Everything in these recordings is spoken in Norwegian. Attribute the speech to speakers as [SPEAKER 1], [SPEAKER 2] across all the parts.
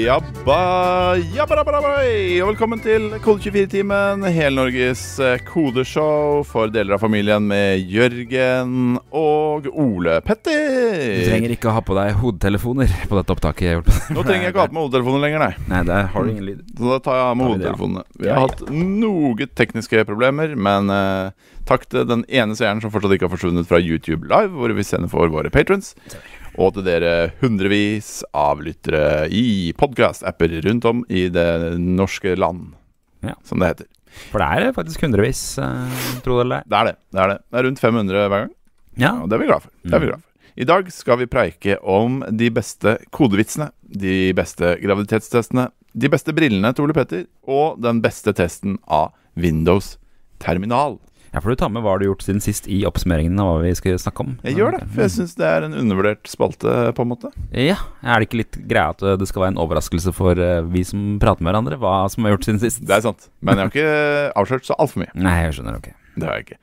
[SPEAKER 1] Jabba, jabba, jabba, jabba, og velkommen til Kode24-timen, hele Norges eh, kodeshow for deler av familien med Jørgen og Ole
[SPEAKER 2] Du
[SPEAKER 1] Petter.
[SPEAKER 2] trenger ikke å ha på deg hodetelefoner på dette opptaket. Jeg har gjort.
[SPEAKER 1] Nå trenger jeg ikke ha på meg hodetelefoner lenger, nei.
[SPEAKER 2] Nei, der har du ingen lyd.
[SPEAKER 1] Så da tar jeg av med
[SPEAKER 2] Da vil jeg.
[SPEAKER 1] hodetelefonene. Vi har hatt noe tekniske problemer, men eh, takk til den ene seeren som fortsatt ikke har forsvunnet fra YouTube Live, hvor vi sender for våre patrons. Og til dere hundrevis av lyttere i podkast-apper rundt om i det norske land,
[SPEAKER 2] Ja.
[SPEAKER 1] som det heter.
[SPEAKER 2] For det er faktisk hundrevis, eh, tro det eller ei.
[SPEAKER 1] Det er det. Det er det. Det er rundt 500 hver gang,
[SPEAKER 2] Ja.
[SPEAKER 1] og det er vi glad for. Det er vi glad for. I dag skal vi preike om de beste kodevitsene, de beste graviditetstestene, de beste brillene til Ole Petter, og den beste testen av Windows terminal.
[SPEAKER 2] ja, for du tar med hva du har gjort siden sist i oppsummeringen av hva vi skal snakke om.
[SPEAKER 1] Jeg gjør det, for jeg syns det er en undervurdert spalte, på en måte.
[SPEAKER 2] Ja, Er det ikke litt greia at eh, det skal være en overraskelse for eh, vi som prater med hverandre, hva som er gjort siden sist?
[SPEAKER 1] Det er sant. Men jeg har ikke avslørt så altfor mye.
[SPEAKER 2] Nei, jeg skjønner, ok.
[SPEAKER 1] Det har jeg ikke.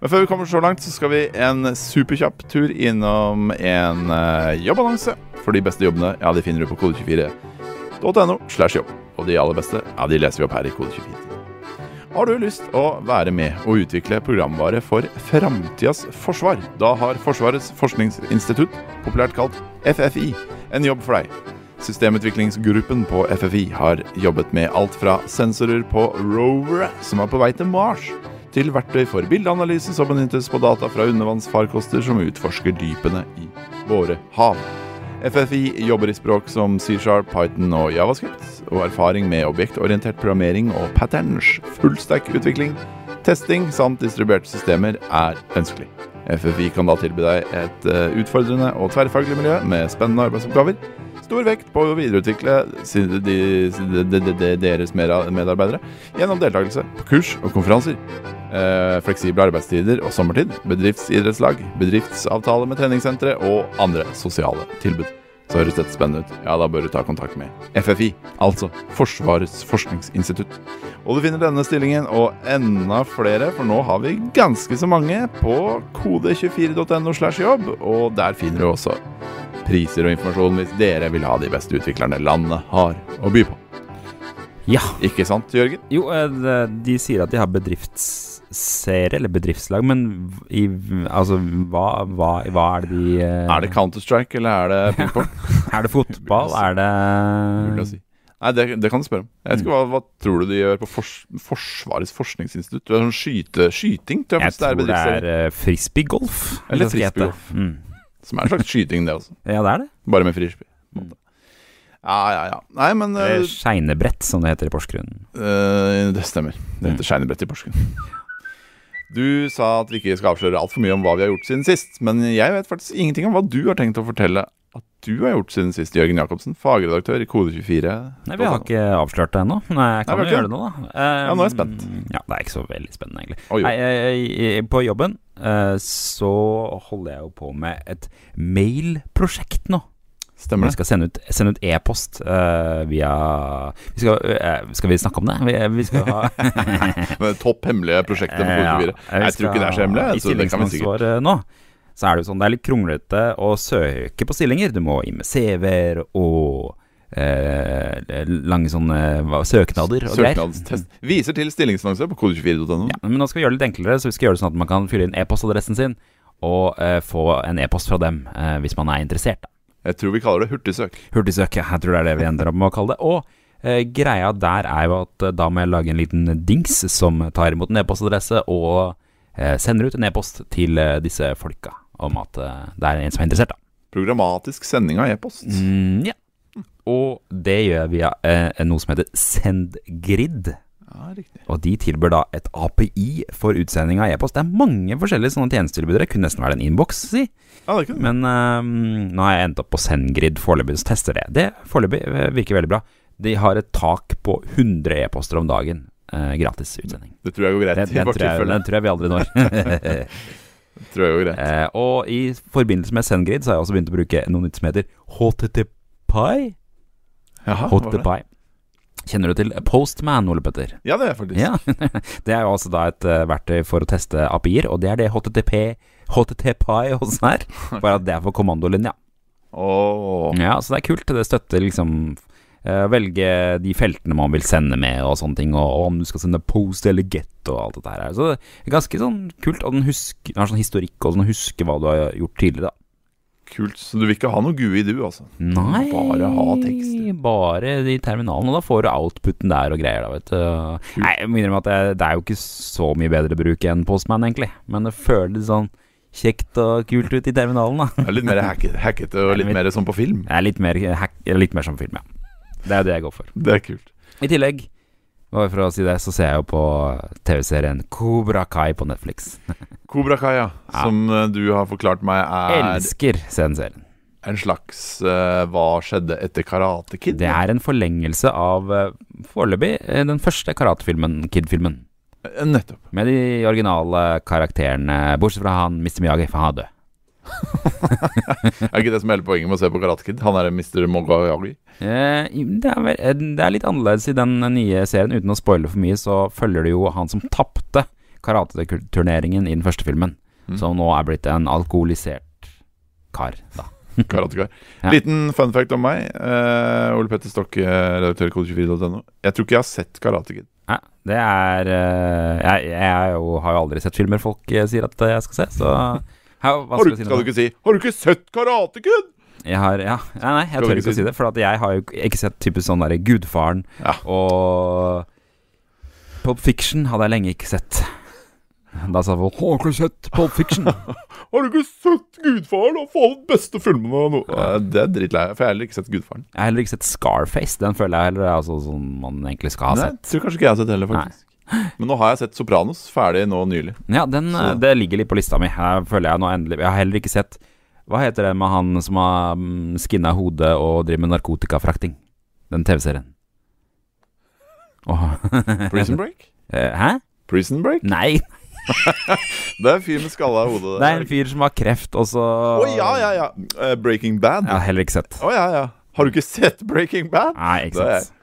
[SPEAKER 1] Men før vi kommer så langt, så skal vi en superkjapp tur innom en eh, jobbannonse. For de beste jobbene, ja, de finner du på kode24.no slash jobb. Og de aller beste, ja, de leser vi opp her i kode24. Har du lyst å være med og utvikle programvare for framtidas forsvar? Da har Forsvarets forskningsinstitutt, populært kalt FFI, en jobb for deg. Systemutviklingsgruppen på FFI har jobbet med alt fra sensorer på rovere som er på vei til Mars, til verktøy for bildeanalyse som benyttes på data fra undervannsfarkoster som utforsker dypene i våre hav. FFI jobber i språk som C-sharp, Python og javascript, og erfaring med objektorientert programmering og patterns, fullstack-utvikling, testing samt distribuerte systemer er ønskelig. FFI kan da tilby deg et eh, utfordrende og tverrfaglig miljø med spennende arbeidsoppgaver, stor vekt på å videreutvikle si- de, de, de, de, deres mera- medarbeidere gjennom deltakelse på kurs og konferanser. Eh, fleksible arbeidstider og sommertid, bedriftsidrettslag, bedriftsavtale med treningssentre og andre sosiale tilbud. Så høres dette spennende ut. Ja, da bør du ta kontakt med FFI, altså Forsvarets forskningsinstitutt. Og du finner denne stillingen og enda flere, for nå har vi ganske så mange, på kode24.no slash jobb, og der finner du også priser og informasjon hvis dere vil ha de beste utviklerne landet har å by på.
[SPEAKER 2] Ja.
[SPEAKER 1] Ikke sant, Jørgen?
[SPEAKER 2] Jo, eh, det- de sier at de har bedriftsserie, eller bedriftslag, men v- i, v- altså, hva, hva, hva er det de eh,
[SPEAKER 1] Er det Counter-Strike, eller er det pingpong?
[SPEAKER 2] Er det fotball? Er
[SPEAKER 1] Mulig
[SPEAKER 2] det
[SPEAKER 1] å si. Nei, det, det kan du spørre om. Jeg vet ikke, hva, hva tror du de gjør på fors Forsvarets forskningsinstitutt? Du er sånn skyte, skyting, tror jeg,
[SPEAKER 2] Jeg
[SPEAKER 1] faktisk det er
[SPEAKER 2] tror det er
[SPEAKER 1] bedriftsserie.
[SPEAKER 2] eh, frisbeegolf.
[SPEAKER 1] Eller
[SPEAKER 2] hvis jeg skal gjette.
[SPEAKER 1] frisbeegolf.
[SPEAKER 2] Mm.
[SPEAKER 1] Som er en slags skyting, det også.
[SPEAKER 2] Ja, det er det.
[SPEAKER 1] Bare med frispill. på en
[SPEAKER 2] Mm.
[SPEAKER 1] måte. Ja, ja, ja. Nei, men
[SPEAKER 2] Eller
[SPEAKER 1] øh,
[SPEAKER 2] Skeinebrett, Eh, som det heter i Porsgrunn.
[SPEAKER 1] øh, Det stemmer. Det heter Skeinebrett i Porsgrunn. Du sa at vi ikke skal avsløre altfor mye om hva vi har gjort siden sist. Men jeg vet faktisk ingenting om hva du har tenkt å fortelle at du har gjort siden sist, Jørgen Jacobsen. Fagredaktør i Kode24.
[SPEAKER 2] Nei, Vi har ikke avslørt det ennå. Nei, jeg kan
[SPEAKER 1] Nei, vi
[SPEAKER 2] jo
[SPEAKER 1] har
[SPEAKER 2] gjøre det nå, da. Eh,
[SPEAKER 1] Ja, nå er jeg spent.
[SPEAKER 2] Ja, Det er ikke så veldig spennende, egentlig.
[SPEAKER 1] Å, jo.
[SPEAKER 2] Nei, eh, eh, På jobben eh, så holder jeg jo på med et mailprosjekt nå.
[SPEAKER 1] Stemmer
[SPEAKER 2] Vi
[SPEAKER 1] det.
[SPEAKER 2] skal sende ut, sende ut e-post eh, via vi skal, eh, skal vi snakke om det? Vi, vi skal ha
[SPEAKER 1] Men Topp hemmelige prosjektet på Kode24.
[SPEAKER 2] Eh, Ja, vi
[SPEAKER 1] Jeg tror ikke det er så hemmelig,
[SPEAKER 2] skal-
[SPEAKER 1] jeg, så
[SPEAKER 2] I
[SPEAKER 1] det kan vi sikkert.
[SPEAKER 2] stillingsansvaret nå, så er det jo sånn det er litt kronglete å søke på stillinger. Du må inn med CV-er og eh, lange sånne hva, søknader og greier.
[SPEAKER 1] Søknadstest. Viser til stillingsannonse på kode24.no.
[SPEAKER 2] Ja, men nå skal vi gjøre det litt enklere, så vi skal gjøre det sånn at man kan fylle inn e-postadressen sin og eh, få en e-post fra dem eh, hvis man er interessert. Da.
[SPEAKER 1] Jeg tror vi kaller det hurtigsøk.
[SPEAKER 2] Hurtigsøk, jeg tror det er det vi ender opp med å kalle det. Og eh, greia der er jo at eh, da må jeg lage en liten dings som tar imot en e-postadresse og eh, sender ut en e-post til eh, disse folka om at eh, det er en som er interessert, da.
[SPEAKER 1] Programmatisk sending av e-post.
[SPEAKER 2] Mm, ja. Og det gjør jeg via eh, noe som heter Sendgrid.
[SPEAKER 1] Ja, riktig.
[SPEAKER 2] Og de tilbyr da et API for utsending av e-post. Det er mange forskjellige sånne tjenestetilbydere. Kunne nesten være en innboks, si.
[SPEAKER 1] Ja, det er ikke det.
[SPEAKER 2] Men ehm, nå har jeg endt opp på Sendgrid foreløpig, så tester det. Det foreløpig eh, virker veldig bra. De har et tak på 100 e-poster om dagen. eh, gratis utsending.
[SPEAKER 1] Det tror jeg går greit.
[SPEAKER 2] Den,
[SPEAKER 1] i
[SPEAKER 2] den,
[SPEAKER 1] vårt
[SPEAKER 2] tror jeg,
[SPEAKER 1] tilfelle.
[SPEAKER 2] den tror jeg vi aldri når.
[SPEAKER 1] Det tror jeg går greit.
[SPEAKER 2] Eh, og i forbindelse med Sendgrid så har jeg også begynt å bruke noe nytt som heter HTTPI.
[SPEAKER 1] Jaha, Ah, hva var det?
[SPEAKER 2] HTTPI. Kjenner du til Postman, Ole Petter?
[SPEAKER 1] Ja, det er jeg faktisk.
[SPEAKER 2] Ja, Det er jo altså da et eh, verktøy for å teste API-er, og det er det HTTP HTTPI også er. Bare at det er for kommandolinja.
[SPEAKER 1] Åh.
[SPEAKER 2] Ja, så det er kult. Det støtter liksom eh, eh, velge de feltene man vil sende med, og sånne ting. Og, og om du skal sende post eller get og alt dette her. Så det er ganske sånn kult. Og den husker, den har sånn historikk og sånn huske hva du har gjort tidligere. da.
[SPEAKER 1] Kult. Så du vil ikke ha noe GUI, du, altså?
[SPEAKER 2] Nei
[SPEAKER 1] Bare ha tekster.
[SPEAKER 2] Bare de terminalene. Og da får du outputen der og greier, da, vet du. Nei, jeg må innrømme at det, det er jo ikke så mye bedre bruk enn Postman, egentlig. Men det føles sånn kjekt og kult ut i terminalen, da.
[SPEAKER 1] Det er litt mer hacket, hackete og litt mer som på film.
[SPEAKER 2] Det er litt mer, hack, eller litt mer som film, ja. Det er jo det jeg går for.
[SPEAKER 1] Det er kult.
[SPEAKER 2] I tillegg, bare for å si det, så ser jeg jo på TV-serien Cobra Kai på Netflix.
[SPEAKER 1] Kobra Kaya,
[SPEAKER 2] Ja.
[SPEAKER 1] som eh, du har forklart meg er
[SPEAKER 2] Elsker se den serien.
[SPEAKER 1] en slags eh, Hva skjedde etter Karate Kid?
[SPEAKER 2] Det er en forlengelse av eh, foreløpig eh, den første karatefilmen, Kid-filmen.
[SPEAKER 1] Eh, Nettopp.
[SPEAKER 2] Med de originale karakterene, bortsett fra han Mr. Miyagi, for han er død.
[SPEAKER 1] Er ikke det som er hele poenget med å se på Karate Kid? Han er Mr. Mogayagi.
[SPEAKER 2] Eh, Det er, vel, eh, det er litt annerledes i den eh, nye serien. Uten å spoile for mye, så følger det jo han som tapte karateturneringen i den første filmen.
[SPEAKER 1] Mm.
[SPEAKER 2] Som nå er blitt en alkoholisert kar, da.
[SPEAKER 1] Karatekar.
[SPEAKER 2] Ja.
[SPEAKER 1] Liten fun fact om meg. eh, Ole Petter Stokke, redaktør i kode24.no. Jeg tror ikke jeg har sett Karate Kid.
[SPEAKER 2] Nei, det er eh, Jeg, jeg er jo, har jo aldri sett filmer folk eh, sier at eh, jeg skal se, så her, hva
[SPEAKER 1] Har
[SPEAKER 2] skal
[SPEAKER 1] du,
[SPEAKER 2] jeg si
[SPEAKER 1] skal
[SPEAKER 2] nå?
[SPEAKER 1] du ikke si 'Har du ikke sett Karate Kid?'
[SPEAKER 2] Jeg har, ja. Nei, nei, jeg
[SPEAKER 1] Skal du
[SPEAKER 2] tør
[SPEAKER 1] ikke
[SPEAKER 2] ikke å
[SPEAKER 1] si
[SPEAKER 2] si det. For at jeg har jo ikke sett typisk sånn derre Gudfaren
[SPEAKER 1] Ja.
[SPEAKER 2] og Pop Fiction hadde jeg lenge ikke sett. Da sa folk 'Har du ikke sett Pop Fiction?'
[SPEAKER 1] 'Har du ikke sett Gudfaren?' Og faen, beste filmene nå. Eh, Det er drittlei jeg, for jeg har heller ikke sett Gudfaren.
[SPEAKER 2] Jeg har heller ikke sett Scarface. Den føler jeg heller er altså sånn man egentlig skal ha
[SPEAKER 1] Nei,
[SPEAKER 2] sett.
[SPEAKER 1] tror kanskje ikke jeg har sett heller, faktisk. Men nå har jeg sett Sopranos ferdig nå nylig.
[SPEAKER 2] Ja, den,
[SPEAKER 1] Så-
[SPEAKER 2] eh, Det ligger litt på lista mi. Her føler jeg nå endelig Jeg har heller ikke sett Hva heter det med han som har mm, skinna hodet og driver med narkotikafrakting? Den TV-serien. Åh.
[SPEAKER 1] Prison Break?
[SPEAKER 2] Eh, Hæ?
[SPEAKER 1] Prison Break?
[SPEAKER 2] Nei,
[SPEAKER 1] Det er en fyr med skalla i hodet.
[SPEAKER 2] Det er en fyr som har kreft, og så
[SPEAKER 1] Å ja, ja, ja. Eh, Breaking Bad.
[SPEAKER 2] Jeg har heller ikke sett.
[SPEAKER 1] Å ja, ja. Har du ikke sett Breaking Bad?
[SPEAKER 2] Nei, ikke
[SPEAKER 1] Det er-
[SPEAKER 2] sant.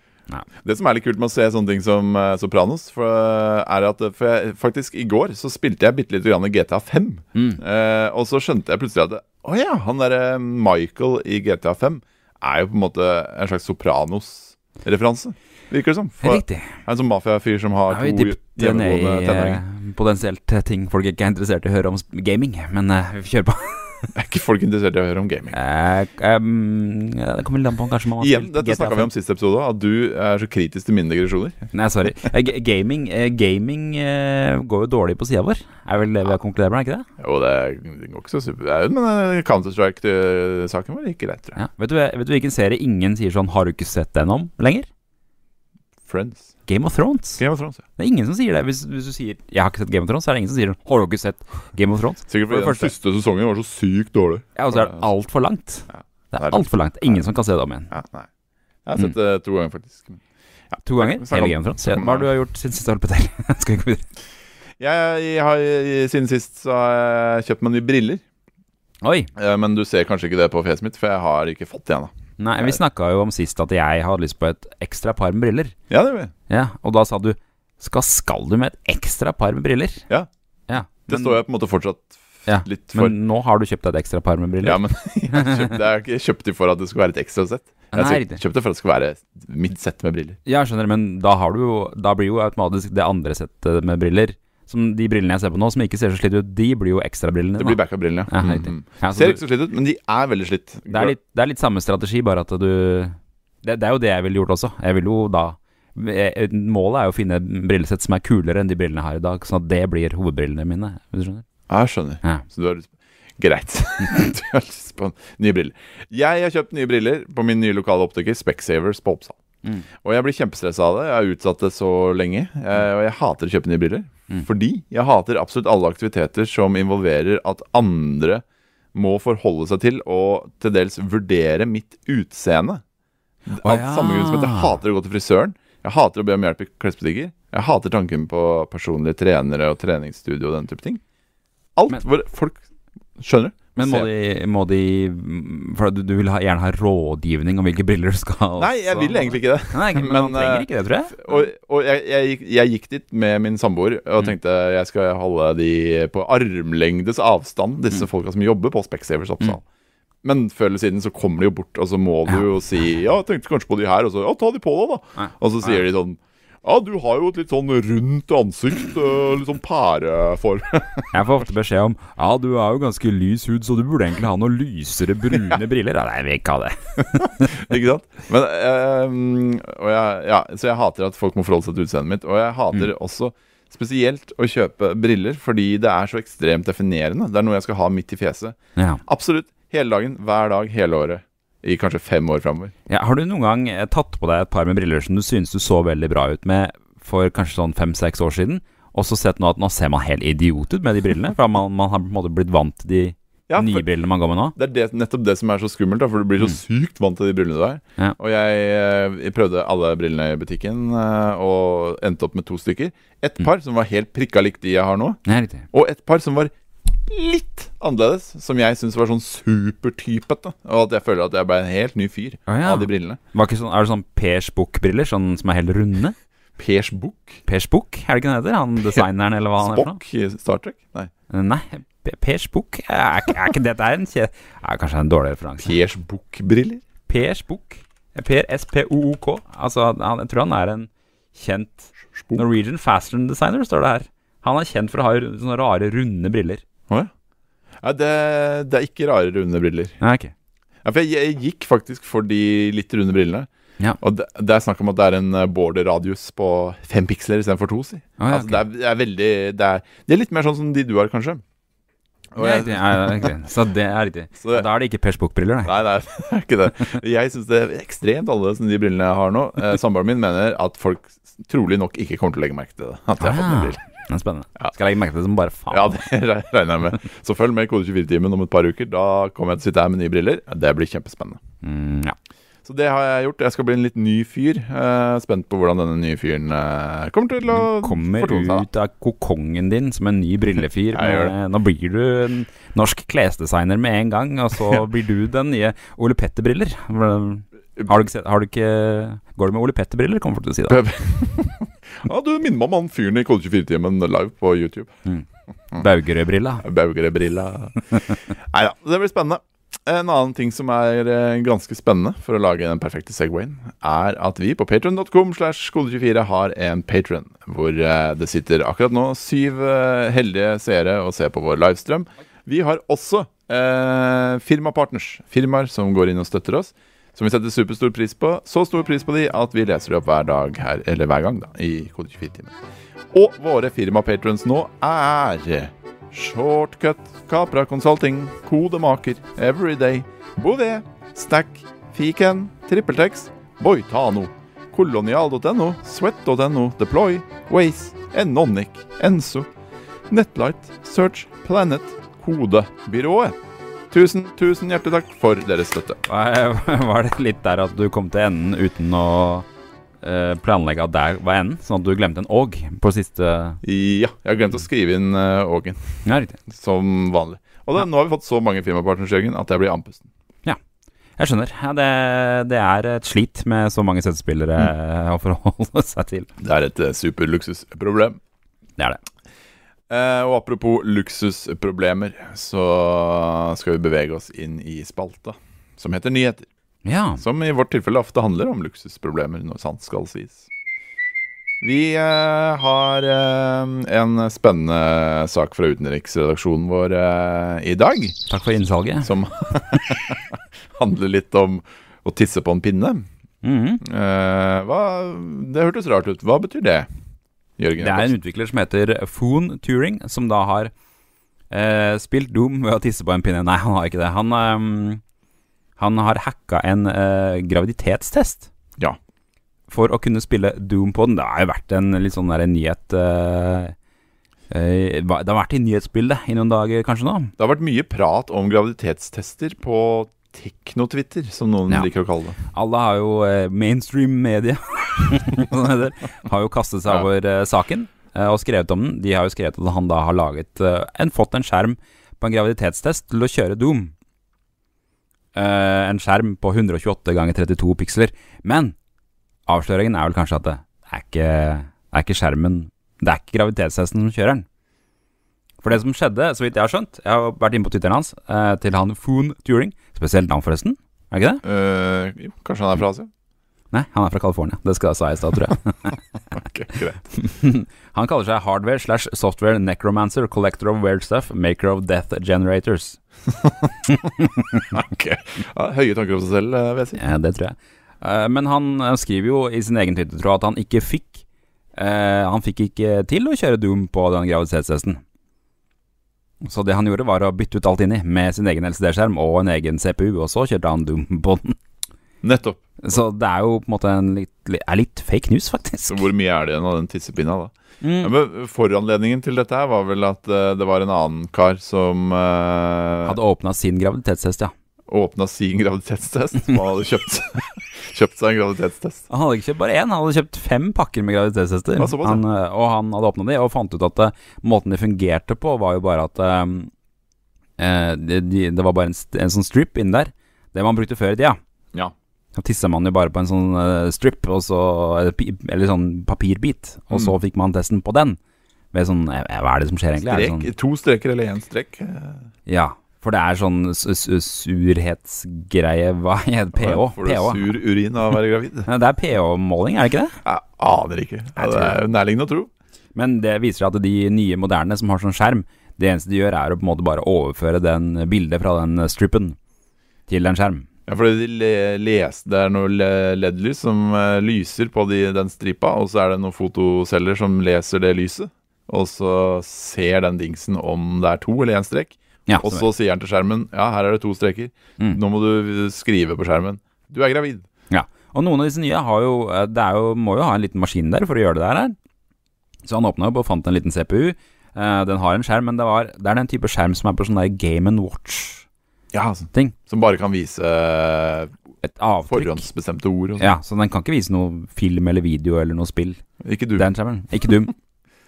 [SPEAKER 1] Det som er litt kult med å se sånne ting som eh, Sopranos, for, eh, er at eh, for jeg, faktisk i går så spilte jeg bitte lite grann i GTA 5.
[SPEAKER 2] Mm.
[SPEAKER 1] Eh, og så skjønte jeg plutselig at det- Å ja, han derre eh, Michael i GTA 5 er jo på en måte en slags Sopranos-referanse, virker det som. For
[SPEAKER 2] Riktig.
[SPEAKER 1] er en sånn mafiafyr som har
[SPEAKER 2] Jeg er jo
[SPEAKER 1] to
[SPEAKER 2] dypt ned i
[SPEAKER 1] hjemmegående
[SPEAKER 2] eh,
[SPEAKER 1] tenåringer.
[SPEAKER 2] potensielt eh, ting folk ikke er interessert i å høre om sp- gaming, men eh, vi får kjøre på.
[SPEAKER 1] Er ikke folk interessert i å høre om gaming?
[SPEAKER 2] Eh, em, ja, det kommer litt an på kanskje man har
[SPEAKER 1] Igjen,
[SPEAKER 2] spilt
[SPEAKER 1] dette
[SPEAKER 2] GTA
[SPEAKER 1] snakka vi om siste episode, at du er så kritisk til mine digresjoner.
[SPEAKER 2] Nei, sorry. Eh, g- Gaming, eh, gaming eh, går jo dårlig på sida vår, er vel det vi har konkludert med, er ikke det?
[SPEAKER 1] Jo, det er- det går ikke så super, det er jo- men eh, Counter-Strike-saken var ikke greit, tror jeg.
[SPEAKER 2] Ja. Vet, du, vet du hvilken serie ingen sier sånn 'har du ikke sett den om' lenger?
[SPEAKER 1] Friends.
[SPEAKER 2] Game of Thrones.
[SPEAKER 1] Game of Thrones, ja.
[SPEAKER 2] Det er ingen som sier det. Hvis, hvis du sier 'jeg har ikke sett Game of Thrones', så er det ingen som sier 'har du ikke sett Game of Thrones'?
[SPEAKER 1] Sikkert fordi
[SPEAKER 2] For det
[SPEAKER 1] den
[SPEAKER 2] første-
[SPEAKER 1] siste sesongen var så sykt dårlig.
[SPEAKER 2] Ja, og så er det altfor langt.
[SPEAKER 1] Ja.
[SPEAKER 2] Det
[SPEAKER 1] Det
[SPEAKER 2] er
[SPEAKER 1] er
[SPEAKER 2] altfor langt. Ingen som kan se det om igjen.
[SPEAKER 1] Ja, nei. Jeg har
[SPEAKER 2] Mm.
[SPEAKER 1] sett det to ganger, faktisk.
[SPEAKER 2] To ganger.
[SPEAKER 1] Snakk om-
[SPEAKER 2] Hele Game of Thrones.
[SPEAKER 1] snakk om-
[SPEAKER 2] Hva har du gjort siden sist, Ole Petter? Skal vi gå videre?
[SPEAKER 1] Jeg, jeg har, eh, siden sist så har jeg kjøpt meg nye briller.
[SPEAKER 2] Oi.
[SPEAKER 1] Eh, Men du ser kanskje ikke det på fjeset mitt, for jeg har ikke fått det ennå.
[SPEAKER 2] Nei, vi snakka jo om sist at jeg hadde lyst på et ekstra par med briller.
[SPEAKER 1] Ja, det, gjør jeg.
[SPEAKER 2] Ja, og da sa du skal, skal du med et ekstra par med briller?
[SPEAKER 1] Ja.
[SPEAKER 2] ja
[SPEAKER 1] det står jeg på en måte fortsatt f-
[SPEAKER 2] Ja,
[SPEAKER 1] litt for.
[SPEAKER 2] Men nå har du kjøpt deg et ekstra par med
[SPEAKER 1] ja,
[SPEAKER 2] briller?
[SPEAKER 1] men jeg kjøpte, jeg har ikke kjøpt det for at det skulle være et ekstra sett. Altså, Jeg
[SPEAKER 2] Nei,
[SPEAKER 1] kjøpte- kjøpte det for at det skulle være mitt sett med briller.
[SPEAKER 2] Ja, jeg skjønner, men da, har du jo, da blir jo automatisk det andre settet med briller som De brillene jeg ser på nå, som ikke ser så slitt ut, de blir jo ekstrabrillene.
[SPEAKER 1] Det blir
[SPEAKER 2] da.
[SPEAKER 1] backup-brillene, ja.
[SPEAKER 2] Ja,
[SPEAKER 1] Mm,
[SPEAKER 2] riktig.
[SPEAKER 1] mm.
[SPEAKER 2] Ja, så
[SPEAKER 1] Ser
[SPEAKER 2] du,
[SPEAKER 1] ikke så slitt ut, men de er veldig slitt.
[SPEAKER 2] det, er litt, det er litt samme strategi, bare at du det, det er jo det jeg ville gjort også. Jeg vil jo da jeg- Målet er jo å finne brillesett som er kulere enn de brillene jeg har i dag, sånn at det blir hovedbrillene mine. Hvis du skjønner?
[SPEAKER 1] Ja, Jeg skjønner.
[SPEAKER 2] Ja.
[SPEAKER 1] Så du har lyst på Greit. du har lyst på nye briller. Jeg har kjøpt nye briller på min nye lokale optiker, Specsavers på Oppsal.
[SPEAKER 2] Mm.
[SPEAKER 1] Og jeg blir kjempestressa av det. Jeg har utsatt det så lenge. eh, Og jeg hater å kjøpe nye briller.
[SPEAKER 2] Mm.
[SPEAKER 1] Fordi jeg hater absolutt alle aktiviteter som involverer at andre må forholde seg til og til dels vurdere mitt utseende. Av
[SPEAKER 2] ja.
[SPEAKER 1] samme grunn som at jeg hater å gå til frisøren. Jeg hater å be om hjelp i klesbutikker. Jeg hater tanken på personlige trenere og treningsstudio og den type ting. Alt
[SPEAKER 2] Men-
[SPEAKER 1] hvor folk Skjønner du?
[SPEAKER 2] Men må
[SPEAKER 1] Se-
[SPEAKER 2] de, må de mm, For du, du vil ha, gjerne ha rådgivning om hvilke briller du skal ha.
[SPEAKER 1] Nei, jeg
[SPEAKER 2] også.
[SPEAKER 1] vil egentlig ikke det.
[SPEAKER 2] Nei, men,
[SPEAKER 1] Men,
[SPEAKER 2] man trenger
[SPEAKER 1] eh,
[SPEAKER 2] ikke det, tror jeg.
[SPEAKER 1] Og, og jeg, jeg, gikk, jeg gikk dit med min samboer
[SPEAKER 2] Mm.
[SPEAKER 1] og tenkte jeg skal
[SPEAKER 2] Mm.
[SPEAKER 1] holde de på armlengdes avstand, disse folka som jobber på Specsavers Oppsal. Men før eller siden så kommer de jo bort, og så må du jo si Ja, jeg tenkte kanskje på de her, og så Ja, ta de på deg, da.
[SPEAKER 2] Nei.
[SPEAKER 1] Og så sier de sånn Ja, du har jo et litt sånn rundt ansikt, øh, litt sånn pæreform.
[SPEAKER 2] Jeg får ofte beskjed om Ja, du har jo ganske lys hud, så du burde egentlig ha noen lysere brune briller. Ja, nei, jeg vil ikke ha det.
[SPEAKER 1] Ikke sant? Men, ehm, og jeg, ja, så jeg hater at folk må forholde seg til utseendet mitt. Og jeg hater også spesielt å kjøpe briller, fordi det er så ekstremt definerende. Det er noe jeg skal ha midt i fjeset.
[SPEAKER 2] Ja.
[SPEAKER 1] Absolutt. Hele dagen, hver dag, hele året. I kanskje fem år framover.
[SPEAKER 2] Ja, har du noen gang eh, tatt på deg et par med briller som du synes du så veldig bra ut med for kanskje sånn fem-seks år siden, og så sett nå at nå ser man helt idiot ut med de brillene? For man, man har på en måte blitt vant til de
[SPEAKER 1] Ja,
[SPEAKER 2] nye
[SPEAKER 1] for
[SPEAKER 2] brillene man går med nå?
[SPEAKER 1] det er det, nettopp det som er så skummelt, da, for du blir så sykt vant til de brillene der.
[SPEAKER 2] Ja.
[SPEAKER 1] Og jeg, eh, jeg prøvde alle brillene i butikken, eh, og endte opp med to stykker. Et par som var helt prikka likt de jeg har nå.
[SPEAKER 2] Nei, riktig.
[SPEAKER 1] Og et par som var litt annerledes, som jeg syns var sånn supertypete. Og at jeg føler at jeg ble en helt ny fyr
[SPEAKER 2] Å, ja.
[SPEAKER 1] av de brillene.
[SPEAKER 2] Var ikke sånn, er det sånn Pers Buch-briller, sånn som er helt runde?
[SPEAKER 1] Pers Buch?
[SPEAKER 2] Pers Buch, er det ikke den heter? Han designeren, eller hva han er for noe?
[SPEAKER 1] Spock i Star Trek? Nei.
[SPEAKER 2] Nei, P- Pers Buch er, ikke- er ikke det det er en kje... Er kanskje en dårlig referanse.
[SPEAKER 1] Pers Buch-briller?
[SPEAKER 2] Pers Buch. Per S-P-O-O-K. Altså, han, jeg tror han er en kjent
[SPEAKER 1] Spock.
[SPEAKER 2] Norwegian Fastener designer, står det her. Han er kjent for å ha ru- sånne rare, runde briller.
[SPEAKER 1] Å ja. ja det, det er ikke rare runde briller.
[SPEAKER 2] Ja, ok.
[SPEAKER 1] Ja, for jeg, jeg gikk faktisk for de litt runde brillene.
[SPEAKER 2] Ja.
[SPEAKER 1] Og det, det er snakk om at det er en eh, border-radius på fem piksler istedenfor to, si.
[SPEAKER 2] Å, ja,
[SPEAKER 1] altså, det, er, det er veldig det er, det er litt mer sånn som de du har, kanskje. Og
[SPEAKER 2] Ja,
[SPEAKER 1] jeg-
[SPEAKER 2] riktig, ja, ja, riktig. Så det er riktig.
[SPEAKER 1] Så det-
[SPEAKER 2] Da er det ikke Pers Buch-briller, nei.
[SPEAKER 1] Nei, nei, det er ikke det. Jeg syns det er ekstremt annerledes enn de brillene jeg har nå. Eh, Samboeren min mener at folk s- trolig nok ikke kommer til å legge merke til det. At jeg har fått en
[SPEAKER 2] Ah,
[SPEAKER 1] brille.
[SPEAKER 2] det er spennende.
[SPEAKER 1] Ja.
[SPEAKER 2] Skal jeg legge merke til det som bare faen.
[SPEAKER 1] Ja, det re- regner jeg med. Så følg med i Kode 24-timen om et par uker. Da kommer jeg til å sitte her med nye briller. Det blir kjempespennende.
[SPEAKER 2] Mm, ja.
[SPEAKER 1] Så det har jeg gjort. Jeg skal bli en litt ny fyr. Eh, Spent på hvordan denne nye fyren eh, kommer til å
[SPEAKER 2] kommer
[SPEAKER 1] fortone seg. da.
[SPEAKER 2] ut av kokongen din som en ny brillefyr.
[SPEAKER 1] Jeg gjør
[SPEAKER 2] med, nå blir du en norsk klesdesigner med en gang, og så blir du den nye Ole Petter-briller. Har du ikke sett har du ikke, Går du med Ole Petter-briller, kommer folk til å si det.
[SPEAKER 1] Ja, du minner meg om han fyren i Kode 24-timen live på YouTube. Mm.
[SPEAKER 2] Baugerød-brilla.
[SPEAKER 1] Baugerød-brilla. Nei da, det blir spennende. En annen ting som er eh, ganske spennende for å lage den perfekte Segwayen, er at vi på patron.com slash kode24 har en patron, hvor eh, det sitter akkurat nå syv eh, heldige seere og ser på vår livestrøm. Vi har også eh, firmapartners, firmaer som går inn og støtter oss, som vi setter superstor pris på. Så stor pris på de at vi leser de opp hver dag her, eller hver gang, da, i Kode24-timen. Og våre firmapatrons nå er Shortcut, Capra Consulting, Kodemaker, Everyday, Bouvet, Stack, Fiken, TrippelTex, Boitano, Kolonial.no, Sweat.no, Deploy, Waze, Enonic, Enso, Netlight, Search, Planet, Kodebyrået. Tusen, tusen hjertelig takk for deres støtte.
[SPEAKER 2] Var var det litt der at du kom til enden uten å eh, planlegge at der var enden, sånn at du glemte en åg på siste
[SPEAKER 1] Ja, jeg har glemt å skrive inn eh, Ågen,
[SPEAKER 2] Ja, riktig.
[SPEAKER 1] som vanlig. Og da, nå har vi fått så mange firmapartners, Jørgen, at jeg blir andpusten.
[SPEAKER 2] Jeg skjønner. Ja, det, det er et slit med så mange støttespillere eh,
[SPEAKER 1] Mm.
[SPEAKER 2] å forholde seg til.
[SPEAKER 1] Det er et eh, superluksusproblem.
[SPEAKER 2] Det er det.
[SPEAKER 1] Eh, og apropos luksusproblemer, så skal vi bevege oss inn i spalta som heter nyheter.
[SPEAKER 2] Ja.
[SPEAKER 1] Som i vårt tilfelle ofte handler om luksusproblemer, når sant skal sies. Vi eh, har eh, en spennende sak fra utenriksredaksjonen vår eh, i dag,
[SPEAKER 2] Takk for innsalget.
[SPEAKER 1] som handler litt om å tisse på en pinne.
[SPEAKER 2] Mhm.
[SPEAKER 1] Eh, hva, det hørtes rart ut. Hva betyr det, Jørgen?
[SPEAKER 2] Det er en utvikler som heter Foon Turing, som da har eh, spilt Doom ved å tisse på en pinne. Nei, han har ikke det. Han, ehm, han har hacka en eh, graviditetstest
[SPEAKER 1] Ja.
[SPEAKER 2] for å kunne spille Doom på den. Det har jo vært en litt sånn der nyhet eh, eh, hva- Det har vært i nyhetsbildet i noen dager, kanskje nå.
[SPEAKER 1] Det har vært mye prat om graviditetstester på Teknotwitter, som noen
[SPEAKER 2] Ja.
[SPEAKER 1] liker å kalle det.
[SPEAKER 2] Alle har jo eh, mainstream media, som det heter, har jo kastet seg
[SPEAKER 1] Ja.
[SPEAKER 2] over eh, saken eh, og skrevet om den. De har jo skrevet at han da har laget eh, en, fått en skjerm på en graviditetstest til å kjøre Doom. Eh, en skjerm på 128 ganger 32 piksler. Men avsløringen er vel kanskje at det er ikke, det er ikke skjermen Det er ikke graviditetstesten som kjører den. For det som skjedde, så vidt jeg har skjønt Jeg har vært inne på Twitteren hans, eh, til han Foon Turing. Spesielt navn, forresten. Er det ikke det?
[SPEAKER 1] Eh, jo, kanskje han er fra Asia?
[SPEAKER 2] Nei, han er fra California. Det skal jeg sa i stad, tror jeg.
[SPEAKER 1] Ok, greit.
[SPEAKER 2] Han kaller seg hardware slash software necromancer, collector of weird stuff, maker of death generators.
[SPEAKER 1] Ok. Ja, høye tanker om seg selv, eh, vil jeg si.
[SPEAKER 2] Ja, det tror jeg. Eh, Men han eh, skriver jo i sin egen Twitter, tror jeg, at han ikke fikk eh, Han fikk ikke til å kjøre Doom på den graviditetstesten. Så det han gjorde, var å bytte ut alt inni med sin egen LCD-skjerm og en egen CPU, og så kjørte han Doom på den.
[SPEAKER 1] Nettopp.
[SPEAKER 2] Så det er jo på en måte en litt, li- er litt fake news, faktisk.
[SPEAKER 1] Så hvor mye er det igjen av den tissepinna, da? Ja,
[SPEAKER 2] Mm.
[SPEAKER 1] men Foranledningen til dette her var vel at eh, det var en annen kar som uh,
[SPEAKER 2] Hadde åpna sin graviditetstest, ja.
[SPEAKER 1] åpna sin graviditetstest. Som han hadde kjøpt, kjøpt seg en graviditetstest.
[SPEAKER 2] Han hadde ikke kjøpt bare én, han hadde kjøpt fem pakker med graviditetshester.
[SPEAKER 1] Ja, såpass, ja.
[SPEAKER 2] Han, eh, og han hadde åpna de, og fant ut at eh, måten de fungerte på, var jo bare at eh, eh, de, de, Det var bare en, st- en sånn strip inni der. Det man brukte før i tida.
[SPEAKER 1] Ja.
[SPEAKER 2] Da tissa man jo bare på en sånn eh, strip, og så, eller, pi- eller sånn papirbit, og
[SPEAKER 1] Mm.
[SPEAKER 2] så fikk man testen på den. Ved sånn eh, Hva er det som skjer, egentlig? Er det
[SPEAKER 1] Strek,
[SPEAKER 2] sånn,
[SPEAKER 1] To streker eller én strek. eh,
[SPEAKER 2] ja. For det er sånn su- su- surhetsgreie Hva heter det? PH?
[SPEAKER 1] Får du
[SPEAKER 2] PH.
[SPEAKER 1] sur urin av å være gravid?
[SPEAKER 2] Ja, Det er PH-måling, er det ikke det?
[SPEAKER 1] Jeg aner ikke. Ja, det er jo nærliggende å tro.
[SPEAKER 2] Men det viser at de nye moderne som har sånn skjerm, det eneste de gjør er å på en måte bare overføre den eh, bildet fra den strippen til en skjerm.
[SPEAKER 1] Ja, for de le les, Det er noe le- LED-lys som eh, lyser på de, den stripa, og så er det noen fotoceller som leser det lyset. Og så ser den dingsen om det er to eller én strek.
[SPEAKER 2] Ja,
[SPEAKER 1] Og så sier han til skjermen Ja, her er det to streker.
[SPEAKER 2] Mm.
[SPEAKER 1] Nå må du eh, skrive på skjermen. Du er gravid.
[SPEAKER 2] ja. Og noen av disse nye har jo, eh, det er jo, må jo ha en liten maskin der for å gjøre det der. her. Så han åpna opp og fant en liten CPU. Eh, Den har en skjerm, men det, var, det er den type skjerm som er på sånn der Game Watch.
[SPEAKER 1] Ja, altså.
[SPEAKER 2] Ting.
[SPEAKER 1] Som bare kan vise eh,
[SPEAKER 2] Et avtrykk.
[SPEAKER 1] forhåndsbestemte ord. Og sånn.
[SPEAKER 2] Ja, Så den kan ikke vise noe film eller video eller noe spill.
[SPEAKER 1] Ikke Doom.
[SPEAKER 2] Den skjermen. Ikke dum.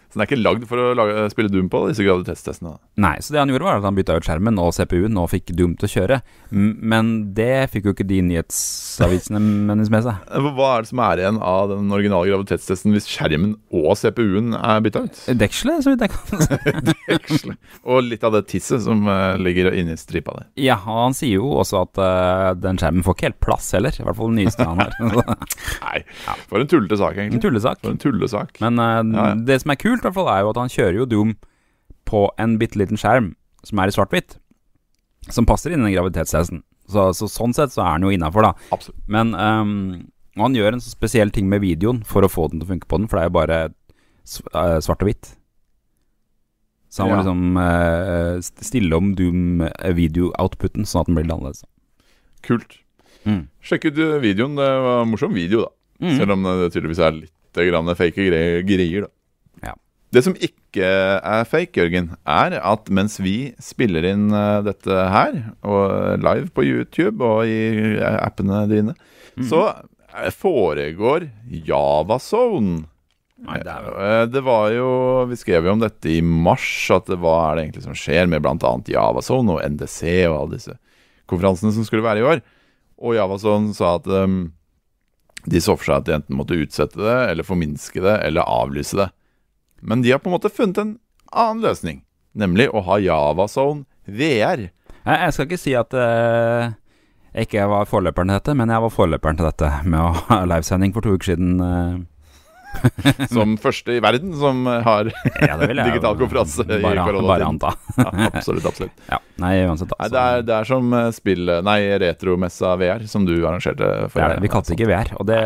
[SPEAKER 1] Så den er ikke lagd for å lage, eh, spille Doom på, disse graviditetstestene. da.
[SPEAKER 2] Nei, så det han gjorde var at han bytta ut skjermen og CPU-en og fikk Doom til å kjøre. M- Men det fikk jo ikke de nyhetsavisene mennes med seg.
[SPEAKER 1] Eh, Hva er det som er igjen av den originale graviditetstesten hvis skjermen og CPU-en er bytta ut?
[SPEAKER 2] Dekselet, Eh, så vidt jeg kan se.
[SPEAKER 1] Veksle. Og litt av det tisset som eh, ligger inni stripa der.
[SPEAKER 2] Ja, og han sier jo også at eh, den skjermen får ikke helt plass heller. I hvert fall den nyeste han har.
[SPEAKER 1] Nei, for en tullete sak,
[SPEAKER 2] En
[SPEAKER 1] egentlig.
[SPEAKER 2] tullesak.
[SPEAKER 1] For en tullesak.
[SPEAKER 2] Men eh,
[SPEAKER 1] Ja, ja.
[SPEAKER 2] det som er kult, i hvert fall, er jo at han kjører jo Doom på en bitte liten skjerm som er i svart-hvitt. Som passer inn i den graviditetstesten. Så, så sånn sett så er han jo innafor, da.
[SPEAKER 1] Absolutt.
[SPEAKER 2] Men ehm, og han gjør en så spesiell ting med videoen for å få den til å funke på den, for det er jo bare sv- eh, svart og hvitt. Så han må
[SPEAKER 1] Ja.
[SPEAKER 2] liksom eh, st- stille om Doom-video-outputen, sånn at den blir litt annerledes.
[SPEAKER 1] Kult.
[SPEAKER 2] Mm.
[SPEAKER 1] Sjekk ut eh, videoen. Det var en morsom video, da. Selv om eh, det tydeligvis er litt grann fake gre- greier, da.
[SPEAKER 2] Ja.
[SPEAKER 1] Det som ikke eh, er fake, Jørgen, er at mens vi spiller inn eh, dette her, og eh, live på YouTube og i eh, appene dine, så eh, foregår Javazone.
[SPEAKER 2] Nei, det er jo
[SPEAKER 1] Eh, Det var jo Vi skrev jo om dette i mars, at det, hva er det egentlig som skjer med bl.a. Javazone og NDC og alle disse konferansene som skulle være i år. Og Javazone sa at ehm, de så for seg at de enten måtte utsette det, eller forminske det, eller avlyse det. Men de har på en måte funnet en annen løsning, nemlig å ha Javazone VR.
[SPEAKER 2] jeg, jeg skal ikke si at eh, jeg ikke var forløperen til dette, men jeg var forløperen til dette med å ha livesending for to uker siden. eh.
[SPEAKER 1] Som første i verden som har
[SPEAKER 2] ja, det vil jeg jo
[SPEAKER 1] Digital konferanse i
[SPEAKER 2] bare,
[SPEAKER 1] koronatiden.
[SPEAKER 2] bare anta.
[SPEAKER 1] ja, Absolutt, absolutt.
[SPEAKER 2] Ja, nei, uansett, altså. da.
[SPEAKER 1] Nei,
[SPEAKER 2] så-
[SPEAKER 1] det er, det er som eh, spill... Nei, retromessa VR, som du arrangerte.
[SPEAKER 2] det er det. Vi kalte det ikke VR, og det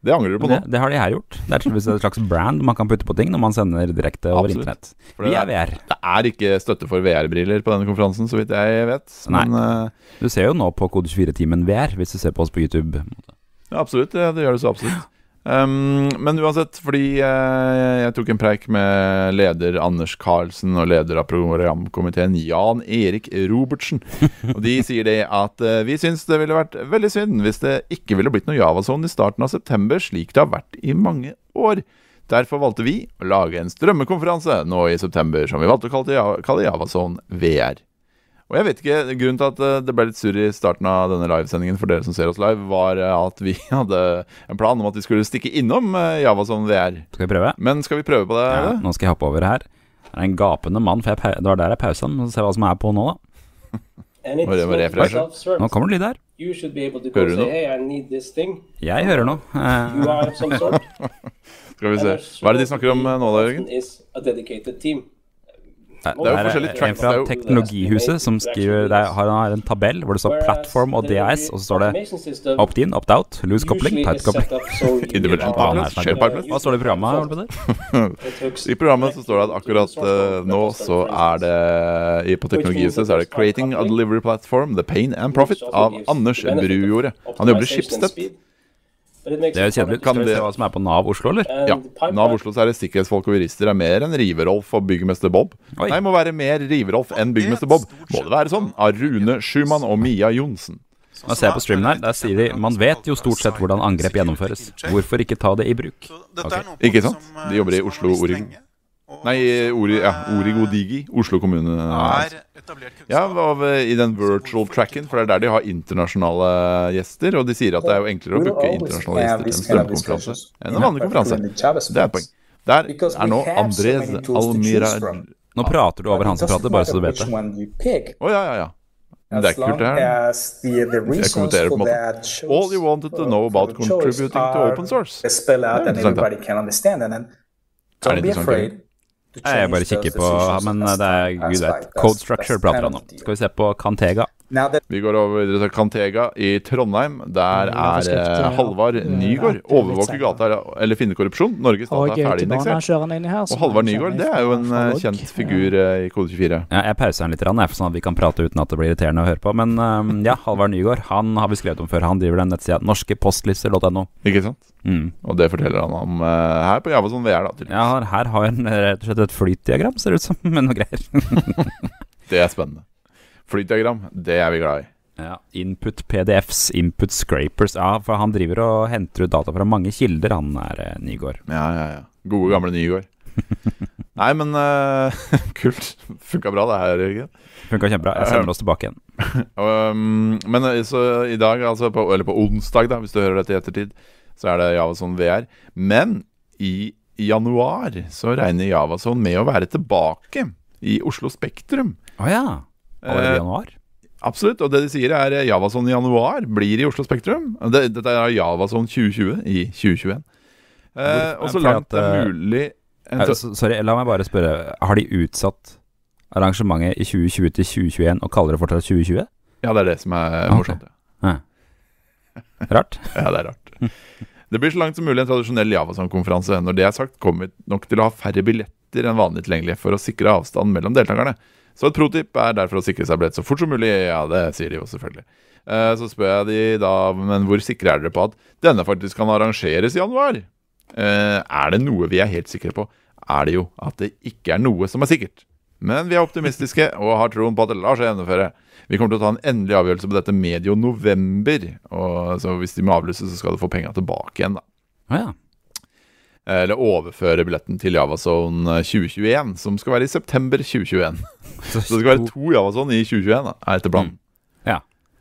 [SPEAKER 1] Det angrer du på nå.
[SPEAKER 2] Det, det har de her gjort. Det er tydeligvis et slags brand man kan putte på ting når man sender direkte over
[SPEAKER 1] Absolutt.
[SPEAKER 2] internett.
[SPEAKER 1] For
[SPEAKER 2] Vi
[SPEAKER 1] det,
[SPEAKER 2] er
[SPEAKER 1] er,
[SPEAKER 2] VR.
[SPEAKER 1] det er ikke støtte for VR-briller på denne konferansen, så vidt jeg vet.
[SPEAKER 2] Nei.
[SPEAKER 1] Men eh,
[SPEAKER 2] Du ser jo nå på Kode 24-timen VR, hvis du ser på oss på YouTube.
[SPEAKER 1] ja, absolutt, det, det gjør det så absolutt. Um, men uansett, fordi eh, jeg tok en preik med leder Anders Karlsen og leder av programkomiteen Jan Erik Robertsen. Og de sier det at eh, vi syns det ville vært veldig synd hvis det ikke ville blitt noe Javazone i starten av september, slik det har vært i mange år. Derfor valgte vi å lage en strømmekonferanse nå i september, som vi valgte å kalle, Ja- kalle Javazone VR. Og jeg vet ikke, Grunnen til at eh, det ble litt surr i starten av denne livesendingen for dere som ser oss live, var eh, at vi hadde en plan om at vi skulle stikke innom eh, Javazone VR.
[SPEAKER 2] Skal vi prøve?
[SPEAKER 1] Men skal vi prøve på det?
[SPEAKER 2] Ja,
[SPEAKER 1] eller?
[SPEAKER 2] nå skal jeg hoppe over her. Det er en gapende mann, for jeg, pau- det var der jeg pausa den. Så ser vi hva som er på nå, da.
[SPEAKER 3] And it's
[SPEAKER 1] Må det- må det
[SPEAKER 3] not
[SPEAKER 1] refreshe?
[SPEAKER 3] self-service.
[SPEAKER 2] Nå kommer det lyd her.
[SPEAKER 3] You should be able to
[SPEAKER 1] Hører du
[SPEAKER 3] go say,
[SPEAKER 1] noe?
[SPEAKER 3] hey, I need this thing.
[SPEAKER 2] Jeg hører nå.
[SPEAKER 3] You
[SPEAKER 2] Eh,
[SPEAKER 3] are of some sort.
[SPEAKER 1] Skal vi se. Hva er det de snakker om eh, nå da, Jørgen?
[SPEAKER 3] Is a dedicated team.
[SPEAKER 1] Det er jo
[SPEAKER 2] her
[SPEAKER 1] forskjellige
[SPEAKER 2] Eh, En
[SPEAKER 1] tracks. Det
[SPEAKER 2] fra
[SPEAKER 1] er jo
[SPEAKER 2] Teknologihuset som skriver det er- har har en tabell hvor det står
[SPEAKER 3] Whereas
[SPEAKER 2] 'platform' og
[SPEAKER 3] delivery
[SPEAKER 2] DAS, og så står det
[SPEAKER 3] automation system
[SPEAKER 2] opt in, opt out, loose
[SPEAKER 3] usually
[SPEAKER 2] kopling, tight
[SPEAKER 3] is set
[SPEAKER 2] kopling.
[SPEAKER 3] up so you
[SPEAKER 1] Individual
[SPEAKER 3] are-
[SPEAKER 1] partners,
[SPEAKER 2] Hva er det her
[SPEAKER 1] shared partners.
[SPEAKER 2] Hva står det i programmet? Ole Petter?
[SPEAKER 3] It hooks
[SPEAKER 1] I programmet så står det at akkurat eh, nå så er det eh, i- På Teknologihuset så er det 'Creating a Delivery Platform, The Pain and Profit' av Anders Brujordet. Han jobber i Schibsted.
[SPEAKER 3] But it makes
[SPEAKER 2] Det er
[SPEAKER 3] the
[SPEAKER 2] jo kjedelig ut.
[SPEAKER 3] product
[SPEAKER 2] Skal vi
[SPEAKER 1] det-
[SPEAKER 2] se hva som er på Nav Oslo, eller?
[SPEAKER 3] and
[SPEAKER 1] Ja.
[SPEAKER 3] the pipeline
[SPEAKER 1] Nav Oslo så er det sikkerhetsfolk og jurister er mer enn Riverolf og byggmester Bob.
[SPEAKER 2] Oi.
[SPEAKER 1] Nei, må være mer Riverolf enn byggmester Bob. Må det være sånn? Av Rune Schumann og Mia Johnsen.
[SPEAKER 2] Nå ser jeg på streamen her, der sier de man vet jo stort sett hvordan angrep gjennomføres. Hvorfor ikke ta det i bruk?
[SPEAKER 4] Så dette er noen folk
[SPEAKER 1] Ikke sant?
[SPEAKER 4] som, eh,
[SPEAKER 1] De jobber i
[SPEAKER 4] som har
[SPEAKER 1] Oslo
[SPEAKER 4] visst
[SPEAKER 1] Origo.
[SPEAKER 4] lenge, og
[SPEAKER 1] Nei,
[SPEAKER 4] som,
[SPEAKER 1] Ori, ja,
[SPEAKER 4] eh,
[SPEAKER 1] Origo Digi. Oslo kommune.
[SPEAKER 4] Er etablert kunnskap.
[SPEAKER 1] Ja, av, eh, I den virtual tracken, for det er der de har internasjonale gjester. Og de sier at det er jo enklere å
[SPEAKER 5] We'll
[SPEAKER 1] booke
[SPEAKER 5] always
[SPEAKER 1] internasjonale
[SPEAKER 5] have
[SPEAKER 1] gjester
[SPEAKER 5] this
[SPEAKER 1] til en
[SPEAKER 5] kind of
[SPEAKER 1] strømkonferanse
[SPEAKER 5] discussions
[SPEAKER 1] enn
[SPEAKER 5] in
[SPEAKER 1] en vanlig
[SPEAKER 5] our
[SPEAKER 1] konferanse.
[SPEAKER 5] particular JavaScript.
[SPEAKER 1] Det er et poeng. Der
[SPEAKER 5] Because we
[SPEAKER 1] er nå
[SPEAKER 5] have so
[SPEAKER 1] Andres
[SPEAKER 5] many tools to
[SPEAKER 1] Almira
[SPEAKER 5] choose from.
[SPEAKER 2] Nå prater du over han som
[SPEAKER 5] Doesn't
[SPEAKER 2] prater, bare så du
[SPEAKER 5] matter
[SPEAKER 2] vet
[SPEAKER 5] which
[SPEAKER 2] det.
[SPEAKER 5] one you pick,
[SPEAKER 1] Å, ja, ja, ja. Men det er
[SPEAKER 5] as
[SPEAKER 1] ikke kult,
[SPEAKER 5] long
[SPEAKER 1] det her.
[SPEAKER 5] as the- the reasons
[SPEAKER 1] kommenterer på en
[SPEAKER 5] for
[SPEAKER 1] måte.
[SPEAKER 5] that choice-
[SPEAKER 1] All you wanted to know about
[SPEAKER 5] for the choice
[SPEAKER 1] contributing to
[SPEAKER 5] are
[SPEAKER 1] open source.
[SPEAKER 5] spelled out
[SPEAKER 1] Det er
[SPEAKER 5] and
[SPEAKER 1] interessant, da.
[SPEAKER 5] everybody can understand, and then
[SPEAKER 1] Er
[SPEAKER 5] don't
[SPEAKER 1] det
[SPEAKER 5] be
[SPEAKER 1] interessant,
[SPEAKER 5] afraid to
[SPEAKER 2] Nei, Jeg
[SPEAKER 5] change
[SPEAKER 2] bare
[SPEAKER 5] those
[SPEAKER 2] kikker på
[SPEAKER 5] decisions
[SPEAKER 2] Men eh,
[SPEAKER 5] as
[SPEAKER 2] det er
[SPEAKER 5] time
[SPEAKER 2] gud
[SPEAKER 5] passes by.
[SPEAKER 2] vet.
[SPEAKER 5] That's-
[SPEAKER 2] Code structure
[SPEAKER 5] that's
[SPEAKER 2] prater
[SPEAKER 5] kind
[SPEAKER 2] han om.
[SPEAKER 5] of the deal.
[SPEAKER 2] Skal vi se på Cantega.
[SPEAKER 5] Now that
[SPEAKER 1] Vi går over videre til Cantega i Trondheim. Der er eh, Halvard Nygård. Overvåker gata eller finne korrupsjon. Norges data
[SPEAKER 6] Og
[SPEAKER 1] er ferdig
[SPEAKER 6] Gunnar er
[SPEAKER 1] indeksert.
[SPEAKER 6] kjørende inn i her. så
[SPEAKER 1] Og Halvard
[SPEAKER 6] han
[SPEAKER 1] Nygård
[SPEAKER 6] kjenner
[SPEAKER 1] det er jo en
[SPEAKER 6] fra- fra
[SPEAKER 1] eh,
[SPEAKER 6] Logg.
[SPEAKER 1] kjent figur eh, i Kode 24.
[SPEAKER 2] Ja, jeg pauser den litt, rann, jeg, for sånn at vi kan prate uten at det blir irriterende å høre på. Men ehm, ja, Halvard Nygård han har vi skrevet om før. Han driver den nettsida norskepostlister.no.
[SPEAKER 1] Ikke sant?
[SPEAKER 2] Mm.
[SPEAKER 1] Og det forteller han om eh, her på Javason VR. da, tydeligvis.
[SPEAKER 2] Ja, her har han rett og slett et flytdiagram, ser det ut som, med noe greier.
[SPEAKER 1] Det er spennende. Flytdiagram, det er vi glad i.
[SPEAKER 2] Ja, Input PDFs, input scrapers. Ja, for han driver og henter ut data fra mange kilder, han er eh, Nygård.
[SPEAKER 1] Ja, ja, ja. Gode, gamle Nygård. Nei, men eh, kult. Funka bra, det her. Jørgen.
[SPEAKER 2] Funka kjempebra. Jeg sender oss tilbake igjen.
[SPEAKER 1] Um, men eh, så i dag, altså på, eller på onsdag, da, hvis du hører dette i ettertid, så er det Javason VR. Men i januar så regner Javason med å være tilbake i Oslo Spektrum.
[SPEAKER 2] Å ja. Allerede
[SPEAKER 1] Eh,
[SPEAKER 2] i januar?
[SPEAKER 1] Absolutt. Og det de sier, er eh, Javason i januar blir i Oslo Spektrum. Det, dette er Javason 2020 i 2021. Eh,
[SPEAKER 2] Hvorfor-
[SPEAKER 1] og så
[SPEAKER 2] fordi
[SPEAKER 1] langt
[SPEAKER 2] at,
[SPEAKER 1] det
[SPEAKER 2] eh,
[SPEAKER 1] er mulig en
[SPEAKER 2] Eh,
[SPEAKER 1] så-
[SPEAKER 2] så- Sorry, la meg bare spørre. Har de utsatt arrangementet i 2020 til 2021 og kaller det fortsatt 2020?
[SPEAKER 1] Ja, det er det som er
[SPEAKER 2] Ah, Ok.
[SPEAKER 1] morsomt. ja.
[SPEAKER 2] Rart.
[SPEAKER 1] Ja, det er rart. Det blir så langt som mulig en tradisjonell Javason-konferanse. Når det er sagt, kommer vi nok til å ha færre billetter enn vanlig tilgjengelige for å sikre avstand mellom deltakerne. Så et protip er derfor å sikre seg billett så fort som mulig. Ja, det sier de jo selvfølgelig. Eh, Så spør jeg de da, men hvor sikre er dere på at denne faktisk kan arrangeres i januar? Eh, Er det noe vi er helt sikre på, er det jo at det ikke er noe som er sikkert. Men vi er optimistiske og har troen på at det lar seg gjennomføre. Vi kommer til å ta en endelig avgjørelse på dette medio november. Og så hvis de må avlyse, så skal du få penga tilbake igjen, da.
[SPEAKER 2] Å ja.
[SPEAKER 1] Eller overføre billetten til Javazone 2021, som skal være i september 2021.
[SPEAKER 2] Så,
[SPEAKER 1] Så det skal være to Javazone i 2021, da, er etter planen.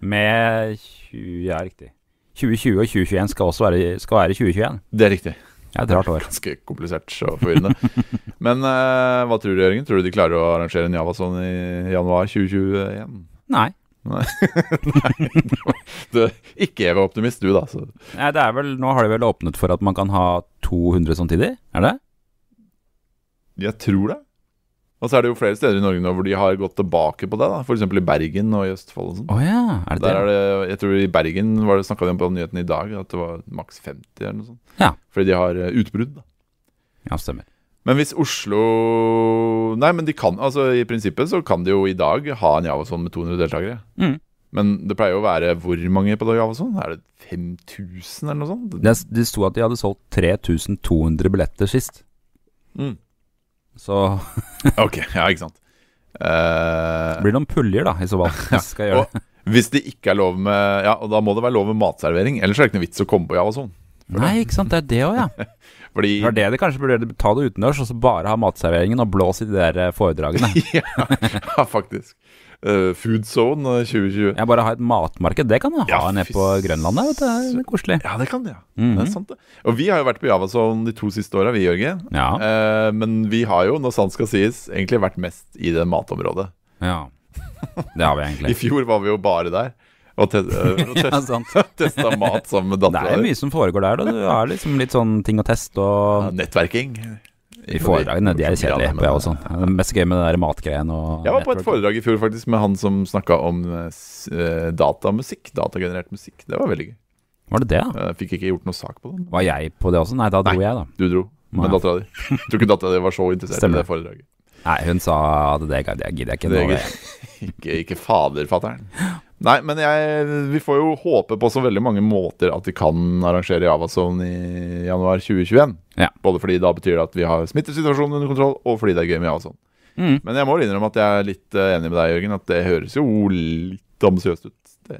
[SPEAKER 2] Med 20, ja, riktig. 2020 og 2021 skal også være, skal være 2021.
[SPEAKER 1] Det er riktig.
[SPEAKER 2] Ja, det er et rart år.
[SPEAKER 1] Ganske komplisert og forvirrende. Men eh, hva tror du, Jørgen? Tror du de klarer å arrangere en Javazone i januar 2021?
[SPEAKER 2] Nei.
[SPEAKER 1] Du, ikke evig optimist, du, da. Så.
[SPEAKER 2] Nei, det er vel, nå har de vel åpnet for at man kan ha 200 samtidig, er det?
[SPEAKER 1] Jeg tror det. Og så er det jo flere steder i Norge nå hvor de har gått tilbake på det. da F.eks. i Bergen og i Østfold. og sånn
[SPEAKER 2] Å ja, er det det?
[SPEAKER 1] Der er det, jeg tror I Bergen var det snakka de om på nyheten i dag at det var maks 50 eller noe sånt.
[SPEAKER 2] Ja.
[SPEAKER 1] Fordi de har eh, utbrudd. da
[SPEAKER 2] Ja, stemmer.
[SPEAKER 1] Men hvis Oslo Nei, men de kan altså i prinsippet så kan de jo i dag ha en Javason med 200 deltakere.
[SPEAKER 2] Mm.
[SPEAKER 1] Men det pleier jo å være hvor mange på Javason? Er det 5000 eller noe sånt?
[SPEAKER 2] Det, det sto at de hadde solgt 3200 billetter sist.
[SPEAKER 1] Mm.
[SPEAKER 2] Så
[SPEAKER 1] Ok, ja, ikke sant. Eh,
[SPEAKER 2] blir det noen puljer, da, i så fall. hvis jeg Skal gjøre det.
[SPEAKER 1] hvis det ikke er lov med Ja, og da må det være lov med matservering. Ellers er det ikke noe vits å komme på Javason.
[SPEAKER 2] Nei, ikke sant, det er det òg, ja.
[SPEAKER 1] Fordi
[SPEAKER 2] Det var det de kanskje burde gjøre, ta det utendørs, og så bare ha matserveringen og blås i de der eh, foredragene.
[SPEAKER 1] ja, faktisk. eh, Food Zone eh, 2020.
[SPEAKER 2] Jeg bare har et matmarked. Det kan jeg ha
[SPEAKER 1] Ja,
[SPEAKER 2] nede
[SPEAKER 1] fy
[SPEAKER 2] på Grønland. vet du. Det er koselig.
[SPEAKER 1] Ja, det kan det. ja.
[SPEAKER 2] Mhm.
[SPEAKER 1] Det er sant, det. Og vi har jo vært på Javasong de to siste åra, vi, Jørgen.
[SPEAKER 2] Ja.
[SPEAKER 1] Eh, men vi har jo, når sant skal sies, egentlig vært mest i det matområdet.
[SPEAKER 2] ja. Det har vi
[SPEAKER 1] I
[SPEAKER 2] egentlig.
[SPEAKER 1] fjor var vi jo bare der og, te eh, og
[SPEAKER 2] Ja,
[SPEAKER 1] test
[SPEAKER 2] sant.
[SPEAKER 1] testa mat sammen med
[SPEAKER 2] Det er jo
[SPEAKER 1] dattera.
[SPEAKER 2] mye som foregår der. Da. Du har liksom litt sånn ting å teste og
[SPEAKER 1] Nettverking.
[SPEAKER 2] I foredragene, de er kjedelige.
[SPEAKER 1] Ja, men-
[SPEAKER 2] Ja, og sånn. Det er mest gøy med det der matgreiene og
[SPEAKER 1] Jeg var på et
[SPEAKER 2] network.
[SPEAKER 1] foredrag i fjor faktisk med han som snakka om eh, s- eh, datamusikk. Datagenerert musikk. Det var veldig gøy.
[SPEAKER 2] Var det det, da?
[SPEAKER 1] Jeg fikk ikke gjort noe sak på det. men
[SPEAKER 2] Var jeg på det også? Nei, da dro
[SPEAKER 1] Nei.
[SPEAKER 2] jeg, da.
[SPEAKER 1] Du dro med
[SPEAKER 2] Nei.
[SPEAKER 1] dattera di. Tror ikke dattera di var så interessert
[SPEAKER 2] Stemmer.
[SPEAKER 1] i det foredraget.
[SPEAKER 2] Nei, hun sa at det gadd jeg gidder jeg ikke.
[SPEAKER 1] Det
[SPEAKER 2] Nå,
[SPEAKER 1] er Ikke, ikke faderfatteren. Nei, men jeg, vi får jo håpe på så veldig mange måter at vi kan arrangere Javazone i januar 2021.
[SPEAKER 2] Ja.
[SPEAKER 1] Både fordi da betyr det at vi har smittesituasjonen under kontroll, og fordi det er gøy med Javazone.
[SPEAKER 2] Mm.
[SPEAKER 1] Men jeg må innrømme at jeg er litt eh, enig med deg, Jørgen, at det høres jo litt ambisiøst ut. Det.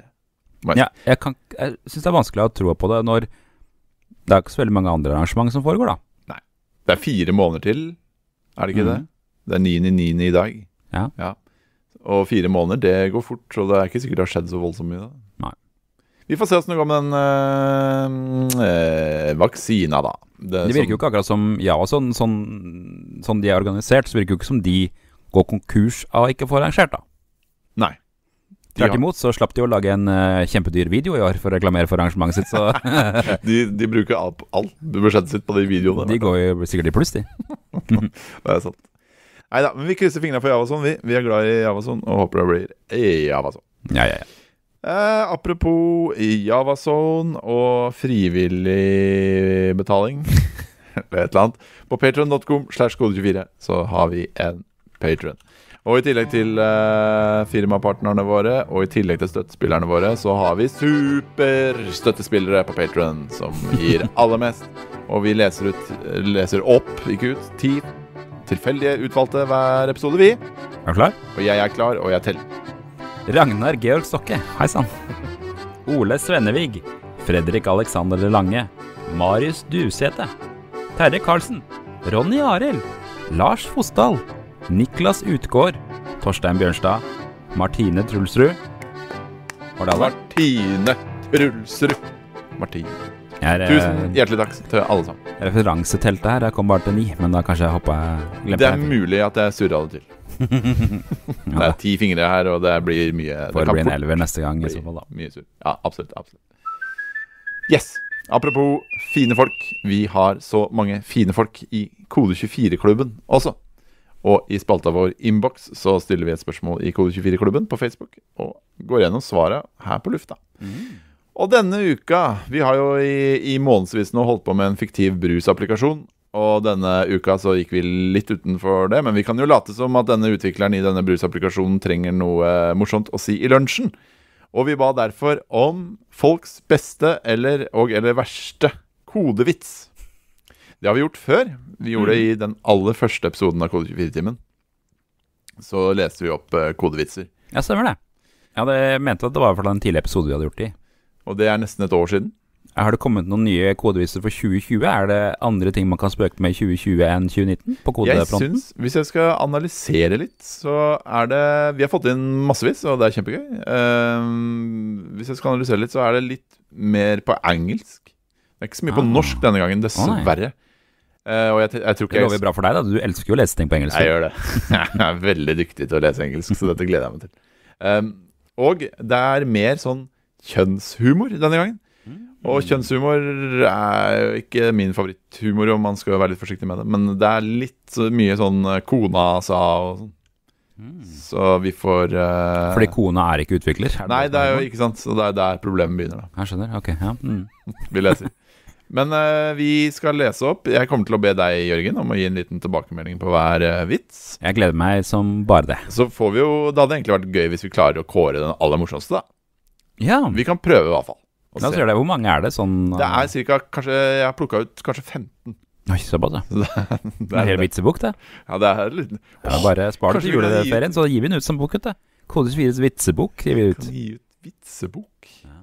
[SPEAKER 2] Mm. Ja, jeg kan- jeg syns det er vanskelig å ha troa på det når det er ikke så veldig mange andre arrangement som foregår, da.
[SPEAKER 1] det er fire måneder til, er det ikke det?
[SPEAKER 2] Mhm.
[SPEAKER 1] Det er 9.9. i dag.
[SPEAKER 2] Ja.
[SPEAKER 1] Og fire måneder, det går fort, så det er ikke sikkert det har skjedd så voldsomt mye. da
[SPEAKER 2] Nei.
[SPEAKER 1] Vi får se åssen det går med den øh, øh, vaksina, da.
[SPEAKER 2] Det virker jo ikke akkurat som Ja, og sånn, sånn, sånn de er organisert, så virker det jo ikke som de går konkurs av ikke å få arrangert, da.
[SPEAKER 1] Nei. De
[SPEAKER 2] Tvert
[SPEAKER 1] har-
[SPEAKER 2] imot så slapp de å lage en eh, kjempedyr video i år for å reklamere for arrangementet sitt, så
[SPEAKER 1] sånn- De, de bruker alt, alt budsjettet sitt på de videoene.
[SPEAKER 2] de går jo sikkert i pluss, de.
[SPEAKER 1] Det er sant. Nei da, men vi krysser fingra for Javason. Vi, vi er glad i Javason og håper det blir eh, Javason.
[SPEAKER 2] Ja, ja, ja.
[SPEAKER 1] Eh, apropos Javazone og frivillig betaling eller et eller annet. På patron.com slash kode24 så har vi en patron. Og i tillegg til eh, firmapartnerne våre og i tillegg til støttespillerne våre, så har vi superstøttespillere på patron som gir aller mest. Og vi leser, ut, leser opp, ikke ut, ti tilfeldige utvalgte hver episode, vi.
[SPEAKER 2] Er du klar?
[SPEAKER 1] Og jeg er klar, og jeg teller.
[SPEAKER 2] Ragnar Georg Stokke, hei sann. Ole Svennevig. Fredrik Alexander Lange. Marius Dusete. Terje Karlsen. Ronny Arild. Lars Fosdal. Niklas Utgård. Torstein Bjørnstad. Martine Trulsrud. Var det alle?
[SPEAKER 1] Martine Trulsrud. Martine.
[SPEAKER 2] Jeg er,
[SPEAKER 1] Tusen
[SPEAKER 2] eh,
[SPEAKER 1] hjertelig takk til alle sammen.
[SPEAKER 2] referanseteltet her. Jeg kom bare til ni, men da kanskje jeg hoppa
[SPEAKER 1] Det
[SPEAKER 2] Glemte
[SPEAKER 1] er
[SPEAKER 2] jeg.
[SPEAKER 1] mulig at jeg surra det til. Det
[SPEAKER 2] Ja,
[SPEAKER 1] er ti fingre her, og det blir mye
[SPEAKER 2] får det bli en
[SPEAKER 1] fort
[SPEAKER 2] elver neste gang i
[SPEAKER 1] bli
[SPEAKER 2] så fall, da.
[SPEAKER 1] Mye surr. Ja, absolutt. Absolutt. Yes. Apropos fine folk. Vi har så mange fine folk i Kode24-klubben også. Og i spalta vår Inbox så stiller vi et spørsmål i Kode24-klubben på Facebook og går gjennom svaret her på lufta. Og denne uka Vi har jo i, i månedsvis nå holdt på med en fiktiv brusapplikasjon. Og denne uka så gikk vi litt utenfor det, men vi kan jo late som at denne utvikleren i denne brusapplikasjonen trenger noe morsomt å si i lunsjen. Og vi ba derfor om folks beste eller og eller verste kodevits. Det har vi gjort før. Vi gjorde det i den aller første episoden av Kode24-timen. Så leste vi opp eh, kodevitser.
[SPEAKER 2] Ja, stemmer det. Jeg hadde mente at det var i hvert fall en tidlig episode vi hadde gjort det i.
[SPEAKER 1] Og det er nesten et år siden.
[SPEAKER 2] Har det kommet noen nye kodeviser for 2020? Er det andre ting man kan spøke med i 2020 enn 2019 på
[SPEAKER 1] Jeg
[SPEAKER 2] kodefronten?
[SPEAKER 1] syns, Hvis jeg skal analysere litt, så er det Vi har fått inn massevis, og det er kjempegøy. Ehm, hvis jeg skal analysere litt, så er det litt mer på engelsk. Det er ikke så mye på
[SPEAKER 2] Ah.
[SPEAKER 1] norsk denne gangen, dessverre. Eh, og jeg, t- jeg tror
[SPEAKER 2] Det
[SPEAKER 1] ikke jeg-
[SPEAKER 2] lover bra for deg, da. Du elsker jo å lese ting på engelsk.
[SPEAKER 1] Jeg gjør det. Jeg er veldig dyktig til å lese engelsk, så dette gleder jeg meg til. Um, og det er mer sånn kjønnshumor denne gangen. Og kjønnshumor er jo ikke min favoritthumor, og man skal jo være litt forsiktig med det. Men det er litt så mye sånn eh, kona sa og sånn. Så vi får eh,
[SPEAKER 2] Mm. Fordi kona er ikke utvikler. Er
[SPEAKER 1] Nei, det er jo
[SPEAKER 2] som
[SPEAKER 1] ikke sant. Så det er der problemet begynner, da
[SPEAKER 2] er? Jeg skjønner. Ok. Ja. Mm.
[SPEAKER 1] vi leser. Men eh, vi skal lese opp. Jeg kommer til å be deg, Jørgen, om å gi en liten tilbakemelding på hver eh, vits.
[SPEAKER 2] Jeg gleder meg som bare det.
[SPEAKER 1] Så får vi jo Det hadde egentlig vært gøy hvis vi klarer å kåre den aller morsomste, da.
[SPEAKER 2] Ja,
[SPEAKER 1] Vi kan prøve, i hvert fall. å
[SPEAKER 2] la oss
[SPEAKER 1] se.
[SPEAKER 2] gjøre Mm. det. Hvor mange er det sånn?
[SPEAKER 1] Det er cirka, kanskje, Jeg har plukka ut kanskje 15.
[SPEAKER 2] eh? Oi, såpass, ja.
[SPEAKER 1] Det er,
[SPEAKER 2] Det er en hel vitsebok, det.
[SPEAKER 1] Ja, det er litt
[SPEAKER 2] Ja, bare spar det
[SPEAKER 1] Kanskje
[SPEAKER 2] til
[SPEAKER 1] vi kan gi-
[SPEAKER 2] juleferien, så gir vi den ut som bok, vet du. Kode 24s vitsebok gir vi ut.
[SPEAKER 1] Kan gi ut vitsebok. Ja,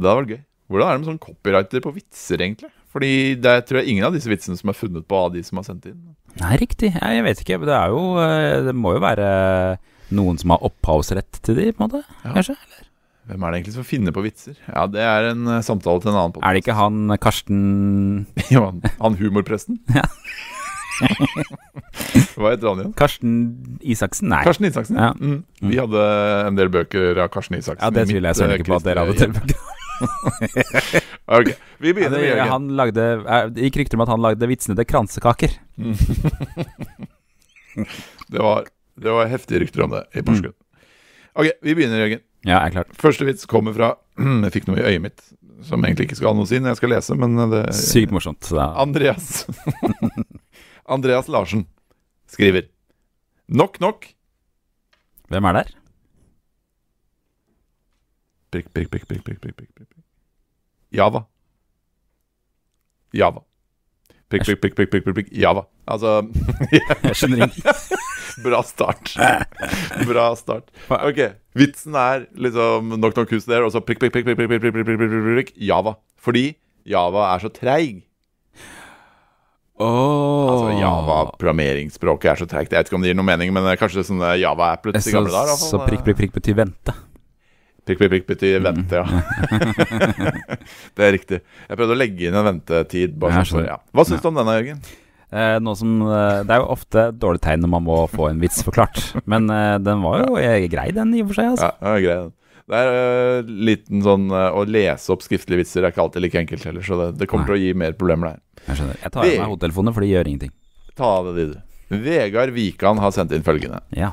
[SPEAKER 1] det hadde vært gøy. Hvordan er det med sånn copywriter på vitser, egentlig? Fordi det er, tror jeg ingen av disse vitsene som er funnet på av de som har sendt inn.
[SPEAKER 2] Nei, riktig. Ja, jeg vet ikke. men Det er jo eh, Det må jo være noen som har opphavsrett til de, på en måte? Kanskje?
[SPEAKER 1] Hvem er det egentlig som finner på vitser? Ja, det er en eh, samtale til en annen
[SPEAKER 2] Er det ikke han Karsten
[SPEAKER 1] podcast. Jo, han, han humorpresten?
[SPEAKER 2] Ja.
[SPEAKER 1] Hva heter han igjen?
[SPEAKER 2] Karsten Isaksen? Nei.
[SPEAKER 1] Karsten Isaksen.
[SPEAKER 2] Ja.
[SPEAKER 1] Mm. Vi hadde en del bøker av Karsten Isaksen.
[SPEAKER 2] ja, det
[SPEAKER 1] i
[SPEAKER 2] tviler jeg
[SPEAKER 1] mitt,
[SPEAKER 2] søren
[SPEAKER 1] eh,
[SPEAKER 2] ikke på at dere hadde
[SPEAKER 1] kristne
[SPEAKER 2] tilbud.
[SPEAKER 1] hjem. Ok, Vi
[SPEAKER 2] Ja,
[SPEAKER 1] begynner
[SPEAKER 2] det-
[SPEAKER 1] med Jørgen.
[SPEAKER 2] han lagde, eh, det gikk rykter om at han lagde vitsene til kransekaker.
[SPEAKER 1] Det, var, det var heftige rykter om det
[SPEAKER 2] Mm.
[SPEAKER 1] i Porsgrunn. Ok, vi begynner, Jørgen.
[SPEAKER 2] Ja, jeg er klart.
[SPEAKER 1] Første vits kommer fra Jeg fikk noe i øyet mitt som egentlig ikke skal ha noe å si når jeg skal lese, men eh, det
[SPEAKER 2] Sykt morsomt. så da-
[SPEAKER 1] Andreas Andreas Larsen skriver Nok, nok
[SPEAKER 2] Hvem er der?
[SPEAKER 1] prikk, prikk, prikk, prikk, prikk, prikk, prikk, prikk. Java Java Prikk, prikk, prikk, prikk, prikk, prikk, prikk. Java Altså,
[SPEAKER 2] Jeg skjønner ikke.
[SPEAKER 1] bra start Bra start Ok, vitsen er liksom Nok, nok huset der Og så prikk, prikk, prikk, prikk, prikk, prikk, prikk, prikk, prikk, prikk, prikk, prikk Java Fordi Java er så treig Altså Java-programmeringsspråket er så treigt. Jeg vet ikke om det gir noe mening, men eh, kanskje sånn eh, Java-applet i
[SPEAKER 2] Så,
[SPEAKER 1] gamle dager. i hvert fall,
[SPEAKER 2] så prikk, prikk, prikk betyr vente.
[SPEAKER 1] Prikk, prikk, prikk betyr vente, ja. det er riktig. Jeg prøvde å legge inn en ventetid. Bare
[SPEAKER 2] Ja,
[SPEAKER 1] sånn, for-
[SPEAKER 2] skjønner.
[SPEAKER 1] ja. Hva syns du om denne, Jørgen?
[SPEAKER 2] Eh, noe som, eh, det er jo ofte et dårlig tegn når man må få en vits forklart. Men eh, den var jo eh, grei, den, i og for seg. Altså.
[SPEAKER 1] Ja, det var grei den. Det er eh, liten sånn eh, Å lese opp skriftlige vitser er ikke alltid like enkelt heller, så det, det kommer til å gi mer problemer der.
[SPEAKER 2] Jeg skjønner. Jeg tar av meg hodetelefonene, for de gjør ingenting.
[SPEAKER 1] Ta av deg de, du. Vegard Wikan har sendt inn følgende.
[SPEAKER 2] Ja.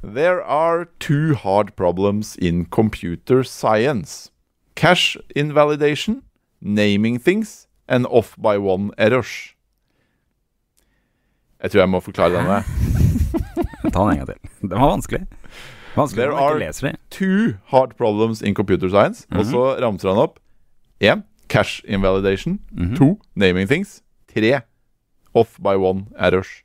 [SPEAKER 1] There are two hard problems in computer science cache invalidation, naming things, and off by one errors. Jeg tror jeg må forklare denne.
[SPEAKER 2] Ta den en gang til. Den var vanskelig. Vanskelig
[SPEAKER 1] There
[SPEAKER 2] når man
[SPEAKER 1] are-
[SPEAKER 2] ikke leser de.
[SPEAKER 1] Two hard problems in computer science. Og
[SPEAKER 2] Mhm.
[SPEAKER 1] så ramser han opp. Én cache invalidation.
[SPEAKER 2] Mhm.
[SPEAKER 1] To naming things. Tre off by one errors.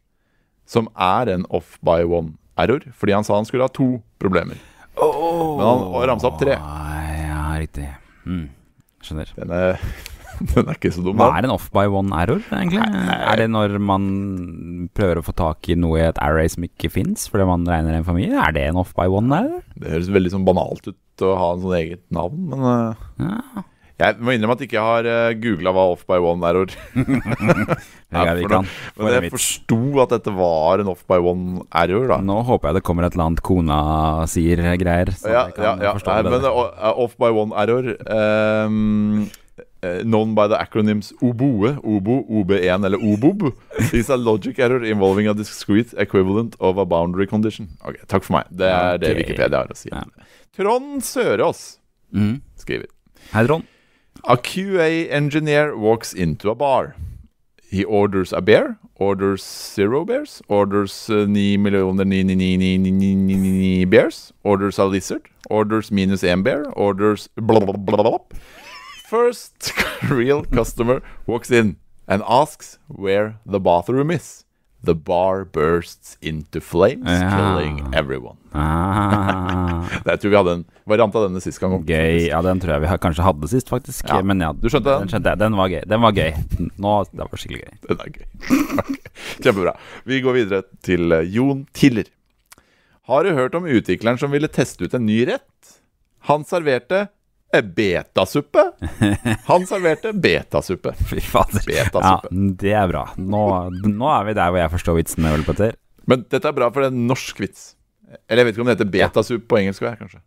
[SPEAKER 1] Som er en off by one error, fordi han sa han skulle ha to problemer. Men han ramsa opp tre.
[SPEAKER 2] Ah, ja, riktig. Mm. Skjønner.
[SPEAKER 1] Den er, den er ikke så dum,
[SPEAKER 2] Hva
[SPEAKER 1] da.
[SPEAKER 2] er en off by one error, egentlig? Er det når man prøver å få tak i noe i et array som ikke fins, fordi man regner en familie? Er det en off by one error?
[SPEAKER 1] Det høres veldig sånn banalt ut å ha en sånn eget navn, men eh,
[SPEAKER 2] Ja.
[SPEAKER 1] jeg må innrømme at jeg ikke har uh, googla hva off by one error
[SPEAKER 2] Det
[SPEAKER 1] er
[SPEAKER 2] er vi
[SPEAKER 1] for
[SPEAKER 2] kan.
[SPEAKER 1] noe.
[SPEAKER 2] For
[SPEAKER 1] Men
[SPEAKER 2] en
[SPEAKER 1] jeg
[SPEAKER 2] vits.
[SPEAKER 1] forsto at dette var en off by one error, da.
[SPEAKER 2] Nå håper jeg det kommer et eller annet kona sier greier. Så
[SPEAKER 1] ja,
[SPEAKER 2] jeg kan
[SPEAKER 1] ja, ja.
[SPEAKER 2] forstå
[SPEAKER 1] Nei,
[SPEAKER 2] det
[SPEAKER 1] men
[SPEAKER 2] bedre.
[SPEAKER 1] eh, off by one error ehm, eh, Known by the acronyms OBOE, OBO, OB1 eller OBOB. Is a logic error involving a discrete equivalent of a boundary condition. Ok, Takk for meg. Det er det
[SPEAKER 2] Ok.
[SPEAKER 1] Wikipedia har å si.
[SPEAKER 2] Ja.
[SPEAKER 1] Trond Sørås
[SPEAKER 2] Mhm.
[SPEAKER 1] skriver
[SPEAKER 2] Hei, Trond.
[SPEAKER 1] A QA engineer walks into a bar. He orders a beer, orders zero bears, orders uh, ni millioner ni ni ni ni ni ni ni ni ni bears, orders a lizard, orders minus en bear, orders blah blah blah blah. blah. First real customer walks in and asks where the bathroom is. The bar bursts into flames,
[SPEAKER 2] Ja.
[SPEAKER 1] killing everyone.
[SPEAKER 2] Ah,
[SPEAKER 1] Jeg tror vi hadde en variant av denne sist gang. også.
[SPEAKER 2] gøy. Ja, den tror jeg vi har- kanskje hadde sist, faktisk.
[SPEAKER 1] Ja.
[SPEAKER 2] Men ja,
[SPEAKER 1] Du skjønte den?
[SPEAKER 2] Den, skjønte jeg. den var gøy. Den var gøy. Nå, det var skikkelig gøy.
[SPEAKER 1] Den er gøy. Ok, Kjempebra. Vi går videre til eh, Jon Tiller. Har du hørt om utvikleren som ville teste ut en ny rett? Han serverte eh, betasuppe. Han serverte betasuppe.
[SPEAKER 2] Fy fader. Ja,
[SPEAKER 1] Betasuppe.
[SPEAKER 2] det er bra. Nå, nå er vi der hvor jeg forstår vitsen, Ole Petter.
[SPEAKER 1] Men dette er bra, for det er en norsk vits. Eller jeg vet ikke om det heter betasuppe på engelsk òg, kanskje.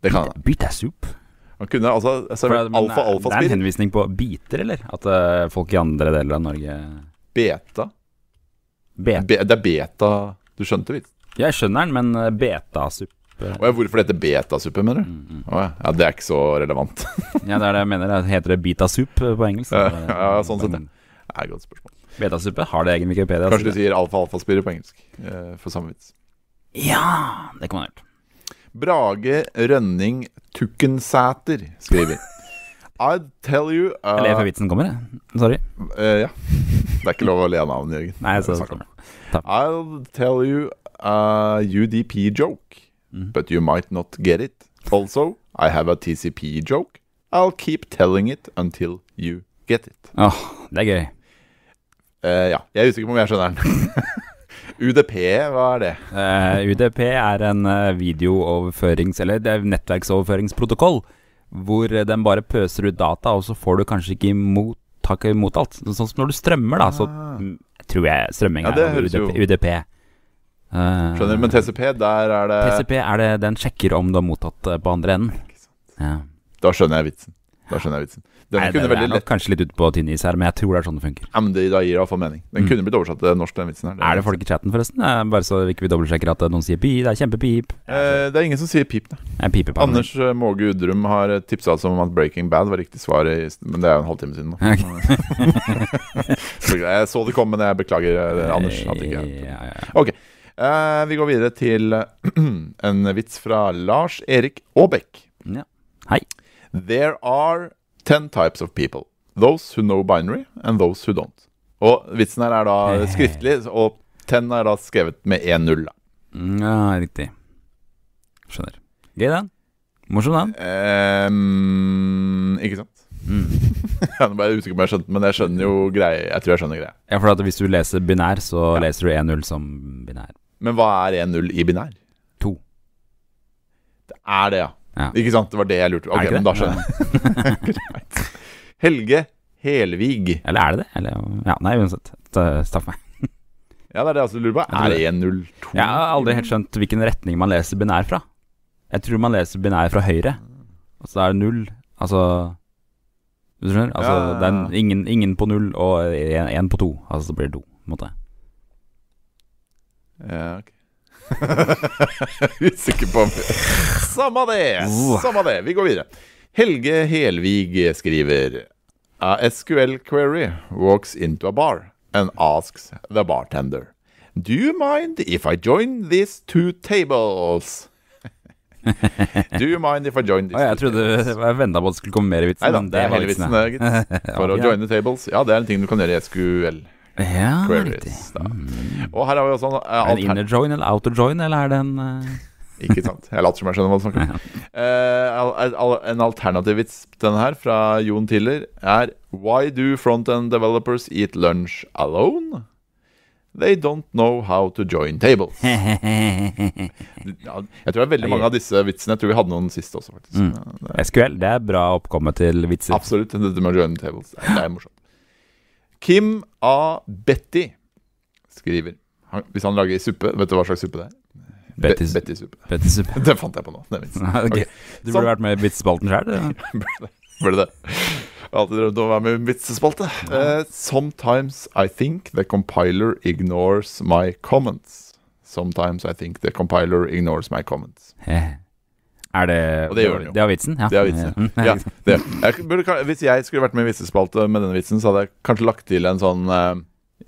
[SPEAKER 1] Det kan han.
[SPEAKER 2] Bit er soup.
[SPEAKER 1] Han kunne altså
[SPEAKER 2] For
[SPEAKER 1] servert
[SPEAKER 2] det- men
[SPEAKER 1] alfa
[SPEAKER 2] Det er en
[SPEAKER 1] alfaspill.
[SPEAKER 2] henvisning på biter, eller? At eh, folk i andre deler av Norge
[SPEAKER 1] Beta.
[SPEAKER 2] bet.
[SPEAKER 1] Be det er beta Du skjønte vitsen?
[SPEAKER 2] Jeg skjønner den, men eh, betasupp eh,
[SPEAKER 1] Å ja, hvorfor det heter betasuppe, mener du? Å ja. ja, det er ikke så relevant.
[SPEAKER 2] Ja, det er det jeg mener. Det heter det bitasup på engelsk?
[SPEAKER 1] Ja, ja, sånn sett, ja.
[SPEAKER 2] Men
[SPEAKER 1] Det er et godt spørsmål.
[SPEAKER 2] Betasuppe har det egen Wikipedia.
[SPEAKER 1] Kanskje
[SPEAKER 2] side.
[SPEAKER 1] du sier alfa-alfa-spire på engelsk. eh, For samme vits.
[SPEAKER 2] Ja, det kan man ha gjort.
[SPEAKER 1] Brage Rønning Tukkensæter skriver I'd tell you uh,
[SPEAKER 2] Jeg ler før vitsen kommer, jeg. Sorry.
[SPEAKER 1] eh, Ja. Det er ikke lov å le av navnet, Jørgen.
[SPEAKER 2] Nei,
[SPEAKER 1] Det er
[SPEAKER 2] så
[SPEAKER 1] snakk om.
[SPEAKER 2] sånn.
[SPEAKER 1] I'll tell you a UDP joke,
[SPEAKER 2] Mhm.
[SPEAKER 1] but you might not get it. Also, I have a TCP joke. I'll keep telling it until you get it.
[SPEAKER 2] Åh, det er gøy.
[SPEAKER 1] Eh, ja. Jeg er usikker på om jeg skjønner den. UDP, hva er det?
[SPEAKER 2] Eh, UDP er en eh, videooverførings- eller det er nettverksoverføringsprotokoll, hvor eh, den bare pøser ut data, og så får du kanskje ikke mot, tak imot alt. Så- Sånn som når du strømmer, da, så
[SPEAKER 1] Ah.
[SPEAKER 2] mm, tror jeg strømming
[SPEAKER 1] Ja,
[SPEAKER 2] er
[SPEAKER 1] det
[SPEAKER 2] over
[SPEAKER 1] høres jo-
[SPEAKER 2] UDP. UDP. Eh,
[SPEAKER 1] Skjønner, men TCP, der er det
[SPEAKER 2] TCP er det den sjekker om du har mottatt eh, på andre enden. Ja.
[SPEAKER 1] Da skjønner jeg vitsen. Da skjønner jeg vitsen. Den
[SPEAKER 2] Nei, det,
[SPEAKER 1] kunne
[SPEAKER 2] det er
[SPEAKER 1] veldig
[SPEAKER 2] nok
[SPEAKER 1] lett
[SPEAKER 2] kanskje litt ut på tynn is her, men jeg tror det er sånn det funker.
[SPEAKER 1] Ja, men det da gir det iallfall mening. Den
[SPEAKER 2] Mm.
[SPEAKER 1] kunne blitt oversatt til norsk, den vitsen her.
[SPEAKER 2] Er det folk i chatten, forresten? Eh, Bare så ikke vi dobbeltsjekker at eh, noen sier pip. Det er kjempepip.
[SPEAKER 1] Eh, det er ingen som sier pip, da.
[SPEAKER 2] Jeg piper på
[SPEAKER 1] Anders eh, Måge Udrum har eh, tipsa oss om at Breaking Bad var riktig svar, i, st- men det er jo en halvtime siden nå. Så jeg så det komme, men jeg beklager, eh, Anders. At ikke.
[SPEAKER 2] Ja, ja, ja.
[SPEAKER 1] Eh, vi går videre til en vits fra Lars Erik Aabek.
[SPEAKER 2] Ja. Hei.
[SPEAKER 1] There are ten types of people. Those who know binary, and those who don't. Og vitsen her er
[SPEAKER 2] Eh.
[SPEAKER 1] da skriftlig, og ten er da skrevet med én null. da.
[SPEAKER 2] Mm, ja, riktig. Skjønner. Gøy, den. Morsom, den.
[SPEAKER 1] Ehm, ikke sant?
[SPEAKER 2] Mm.
[SPEAKER 1] Jeg er bare usikker på om jeg skjønte, men jeg skjønner jo greie. Jeg tror jeg skjønner greie.
[SPEAKER 2] Ja, for at hvis du leser binær, så leser du 1-0 som binær.
[SPEAKER 1] Men hva er 1-0 i binær?
[SPEAKER 2] To.
[SPEAKER 1] Det er det, ja.
[SPEAKER 2] Ja.
[SPEAKER 1] Ikke sant? Det var det jeg lurte på.
[SPEAKER 2] Er
[SPEAKER 1] Ok,
[SPEAKER 2] det ikke
[SPEAKER 1] men da skjønner jeg. Greit. Helge Helvig.
[SPEAKER 2] Eller er det det? Eller, ja, nei, uansett. Ta- Staff meg.
[SPEAKER 1] Ja, det er det jeg også lurer på.
[SPEAKER 2] Jeg tror
[SPEAKER 1] Er det
[SPEAKER 2] det.
[SPEAKER 1] 1-0-2?
[SPEAKER 2] Jeg har aldri helt skjønt hvilken retning man leser binær fra. Jeg tror man leser binær fra høyre, og så er det null. Altså Du skjønner? Altså,
[SPEAKER 1] Ja, ja, ja.
[SPEAKER 2] Det er en- ingen, ingen på null og én på to. Altså så blir det to, på en måte.
[SPEAKER 1] Ja, ok. Usikker på om Samme det!
[SPEAKER 2] Oh.
[SPEAKER 1] Samme det. Vi går videre. Helge Helvig skriver A SQL query walks into a bar and asks the bartender Do you mind if I join these two tables? Do you mind if I join these
[SPEAKER 2] Å, jeg
[SPEAKER 1] two
[SPEAKER 2] trodde
[SPEAKER 1] tables?
[SPEAKER 2] jeg venta på at det skulle komme mer vits.
[SPEAKER 1] Nei da,
[SPEAKER 2] men
[SPEAKER 1] det er
[SPEAKER 2] var
[SPEAKER 1] hele
[SPEAKER 2] vitsen,
[SPEAKER 1] vitsen,
[SPEAKER 2] ja.
[SPEAKER 1] eh, gitt. For å
[SPEAKER 2] Ja.
[SPEAKER 1] joine tables. Ja, det er en ting du kan gjøre i SQL
[SPEAKER 2] Ja, Ah, riktig.
[SPEAKER 1] queries. Da. Og her har vi også en eh,
[SPEAKER 2] Er det
[SPEAKER 1] altern-
[SPEAKER 2] inner join eller outer join, eller er det en eh,
[SPEAKER 1] Ikke sant? Jeg later som jeg skjønner hva du snakker om. Eh, al- al- al- en alternativ vits til denne her, fra Jon Tiller, er Why do front-end developers eat lunch alone? They don't know how to join tables.
[SPEAKER 2] eh?
[SPEAKER 1] Ja, Jeg tror det er veldig mange av disse vitsene. Jeg tror vi hadde noen sist også, faktisk.
[SPEAKER 2] Mm,
[SPEAKER 1] Ja, det er
[SPEAKER 2] SQL? Det er bra oppkomme til vitser.
[SPEAKER 1] absolutt dette med å join tables. Det er morsomt. Kim A. Betty skriver han, Hvis han lager suppe, vet du hva slags suppe det er?
[SPEAKER 2] Betty's-
[SPEAKER 1] Be- Betty-suppe.
[SPEAKER 2] Bettysuppe.
[SPEAKER 1] Det fant jeg på nå. Det er vitsen.
[SPEAKER 2] Ok.
[SPEAKER 1] Ok. Sånn.
[SPEAKER 2] Du burde vært med i vitsespalten sjøl.
[SPEAKER 1] Var det det? Jeg har alltid drømt om å være med i en vitsespalte. Eh, sometimes I think the compiler ignores my comments. Sometimes I think the compiler ignores my comments.
[SPEAKER 2] Eh. Er det
[SPEAKER 1] Og det gjør den jo.
[SPEAKER 2] Det var vitsen? Ja. Mm.
[SPEAKER 1] Det er vitsen. Ja, det. Jeg burde, kan- hvis jeg skulle vært med i en vitsespalte med denne vitsen, så hadde jeg kanskje lagt til en sånn eh,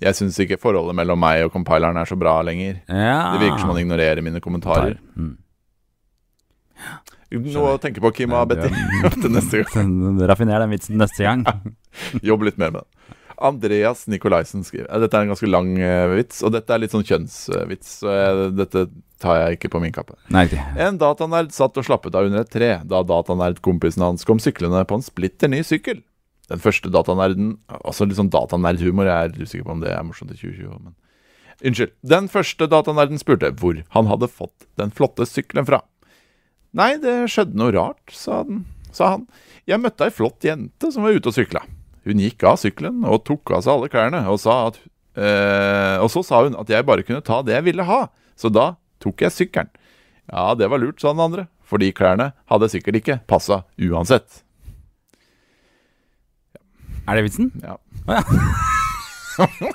[SPEAKER 1] Jeg syns ikke forholdet mellom meg og compileren er så bra lenger. Det virker
[SPEAKER 2] Ah.
[SPEAKER 1] som han ignorerer mine kommentarer.
[SPEAKER 2] Mm.
[SPEAKER 1] Noe å tenke på, Kim og Betty. Til neste gang.
[SPEAKER 2] Den- Raffiner den vitsen neste gang.
[SPEAKER 1] Jobb litt mer med det. Andreas Nikolaisen skriver eh, Dette er en ganske lang eh, vits, og dette er litt sånn kjønnsvits. så jeg- dette tar jeg ikke på min kappe.
[SPEAKER 2] Nei, riktig.
[SPEAKER 1] En datanerd satt og slappet av under et tre da datanerdkompisen hans kom syklende på en splitter ny sykkel. Den første datanerden Altså litt sånn datanerdhumor, jeg er usikker på om det er morsomt i 2020, men Unnskyld. Den første datanerden spurte hvor han hadde fått den flotte sykkelen fra. Nei, det skjedde noe rart, sa, den, sa han. Jeg møtte ei flott jente som var ute og sykla. Hun gikk av sykkelen og tok av seg alle klærne, og, sa at, eh, og så sa hun at jeg bare kunne ta det jeg ville ha, så da tok jeg sykkelen. Ja, det var lurt, sa den andre, for de klærne hadde sikkert ikke passa uansett.
[SPEAKER 2] Er det vitsen?
[SPEAKER 1] Ja.
[SPEAKER 2] Å, ja.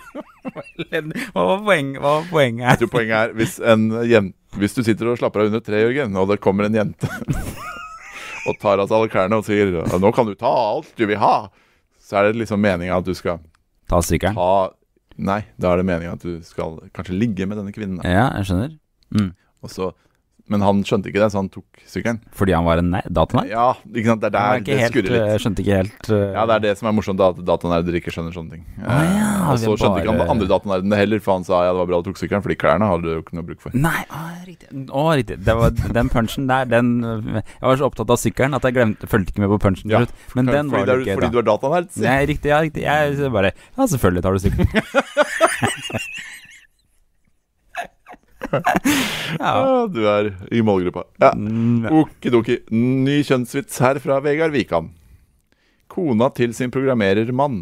[SPEAKER 2] Hva var poenget? Hva var poenget
[SPEAKER 1] Jeg tror poenget er hvis, en jen- hvis du sitter og slapper av under et tre, Jørgen, og det kommer en jente og tar av seg alle klærne og sier «Ja, 'Nå kan du ta alt du vil ha', så er det liksom meninga at du skal
[SPEAKER 2] Ta sykkelen.
[SPEAKER 1] ta Nei, da er det meninga at du skal kanskje ligge med denne kvinnen. da.
[SPEAKER 2] Ja, jeg skjønner.
[SPEAKER 1] Og så, men han skjønte ikke det, så han tok sykkelen.
[SPEAKER 2] Fordi han var en nei- datanær?
[SPEAKER 1] Ja, ikke sant? Det er der
[SPEAKER 2] Han er ikke
[SPEAKER 1] det
[SPEAKER 2] helt,
[SPEAKER 1] skurrer litt.
[SPEAKER 2] eh, Skjønte ikke helt eh,
[SPEAKER 1] Ja, det er det som er morsomt, da, at datanerder ikke skjønner sånne ting. Eh,
[SPEAKER 2] ja,
[SPEAKER 1] og
[SPEAKER 2] vi
[SPEAKER 1] så skjønte ikke han
[SPEAKER 2] bare-
[SPEAKER 1] det andre datanerdene heller, for han sa ja, det var bra du tok sykkelen, for de klærne hadde du jo ikke noe bruk for.
[SPEAKER 2] Nei, å, riktig. Å, riktig. Det var, den punchen der, den øh, Jeg var så opptatt av sykkelen at jeg glemte, fulgte ikke med på punchen.
[SPEAKER 1] Ja,
[SPEAKER 2] til slutt. Men den var
[SPEAKER 1] fordi, det er,
[SPEAKER 2] jo gøy,
[SPEAKER 1] fordi du
[SPEAKER 2] da.
[SPEAKER 1] er datanerd, si.
[SPEAKER 2] Nei, riktig, ja, riktig. Jeg bare Ja, selvfølgelig tar du sykkelen. Ja.
[SPEAKER 1] Ah, Du er i målgruppa. Ja. Okidoki. Ny kjønnsvits her fra Vegard Wikan. Kona til sin programmerermann.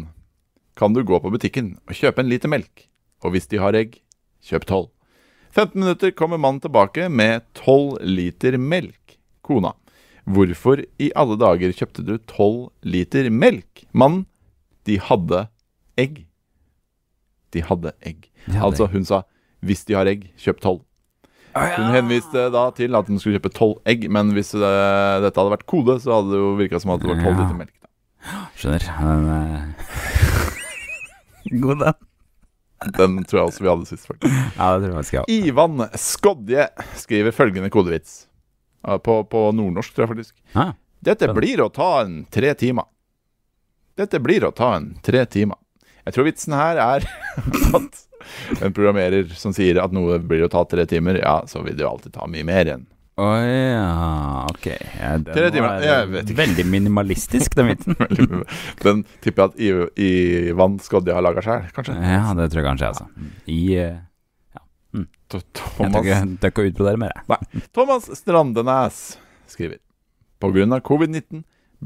[SPEAKER 1] Kan du gå på butikken og kjøpe en liter melk? Og hvis de har egg, kjøp tolv. 15 minutter kommer mannen tilbake med 12 liter melk. Kona. Hvorfor i alle dager kjøpte du 12 liter melk? Mannen. De hadde egg. De hadde egg.
[SPEAKER 2] hadde
[SPEAKER 1] altså, hun sa hvis de har egg, kjøp 12. Hun henviste da til at hun skulle kjøpe tolv egg, men hvis eh, dette hadde vært kode, så hadde det jo virka som at det var tolv
[SPEAKER 2] Ja.
[SPEAKER 1] liter melk. Da.
[SPEAKER 2] Skjønner. Men, eh, God den.
[SPEAKER 1] Den tror jeg også vi hadde sist. faktisk
[SPEAKER 2] Ja, det tror jeg faktisk jeg har.
[SPEAKER 1] Ivan Skodje skriver følgende kodevits. Ja, På, på nordnorsk, tror jeg faktisk.
[SPEAKER 2] Ah,
[SPEAKER 1] Dette blir å ta en tre timer. Dette blir å ta en tre timer. Jeg tror vitsen her er at en programmerer som sier at noe blir å ta tre timer, ja, så vil det jo alltid ta mye mer igjen.
[SPEAKER 2] Å ja, ok. Ja, den
[SPEAKER 1] Tre timer,
[SPEAKER 2] var, eh,
[SPEAKER 1] jeg vet ikke.
[SPEAKER 2] Veldig minimalistisk, den vitsen.
[SPEAKER 1] Den tipper jeg at I- Ivan Skodje har laga sjøl, kanskje.
[SPEAKER 2] Ja, det tror jeg kanskje jeg, altså. I eh,
[SPEAKER 1] T-
[SPEAKER 2] Jeg tør ikke,
[SPEAKER 1] Thomas,
[SPEAKER 2] tør ikke å utbrodere mer, jeg.
[SPEAKER 1] Thomas Strandenes skriver Pga. covid-19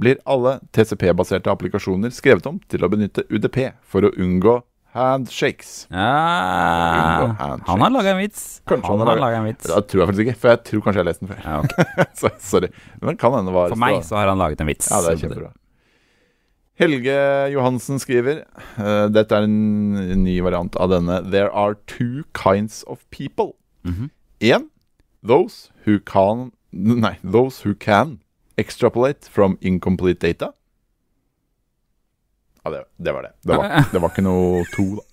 [SPEAKER 1] blir alle TCP-baserte applikasjoner skrevet om til å benytte UDP for å unngå handshakes.
[SPEAKER 2] Ja, han har laga en vits.
[SPEAKER 1] Kanskje
[SPEAKER 2] han
[SPEAKER 1] han har
[SPEAKER 2] har laga en vits.
[SPEAKER 1] Det tror jeg faktisk ikke, for jeg tror kanskje jeg har lest den før.
[SPEAKER 2] Ja, ok.
[SPEAKER 1] Så, sorry. Men den kan hende var
[SPEAKER 2] For meg så har han laget en vits.
[SPEAKER 1] Ja, det er kjempebra. Helge Johansen skriver eh, Dette er en ny variant av denne There are two kinds of people.
[SPEAKER 2] Mhm.
[SPEAKER 1] En, those who can Nei, those who can extrapolate from incomplete data. Ja, det, det var det. Det var, det var ikke noe to, da.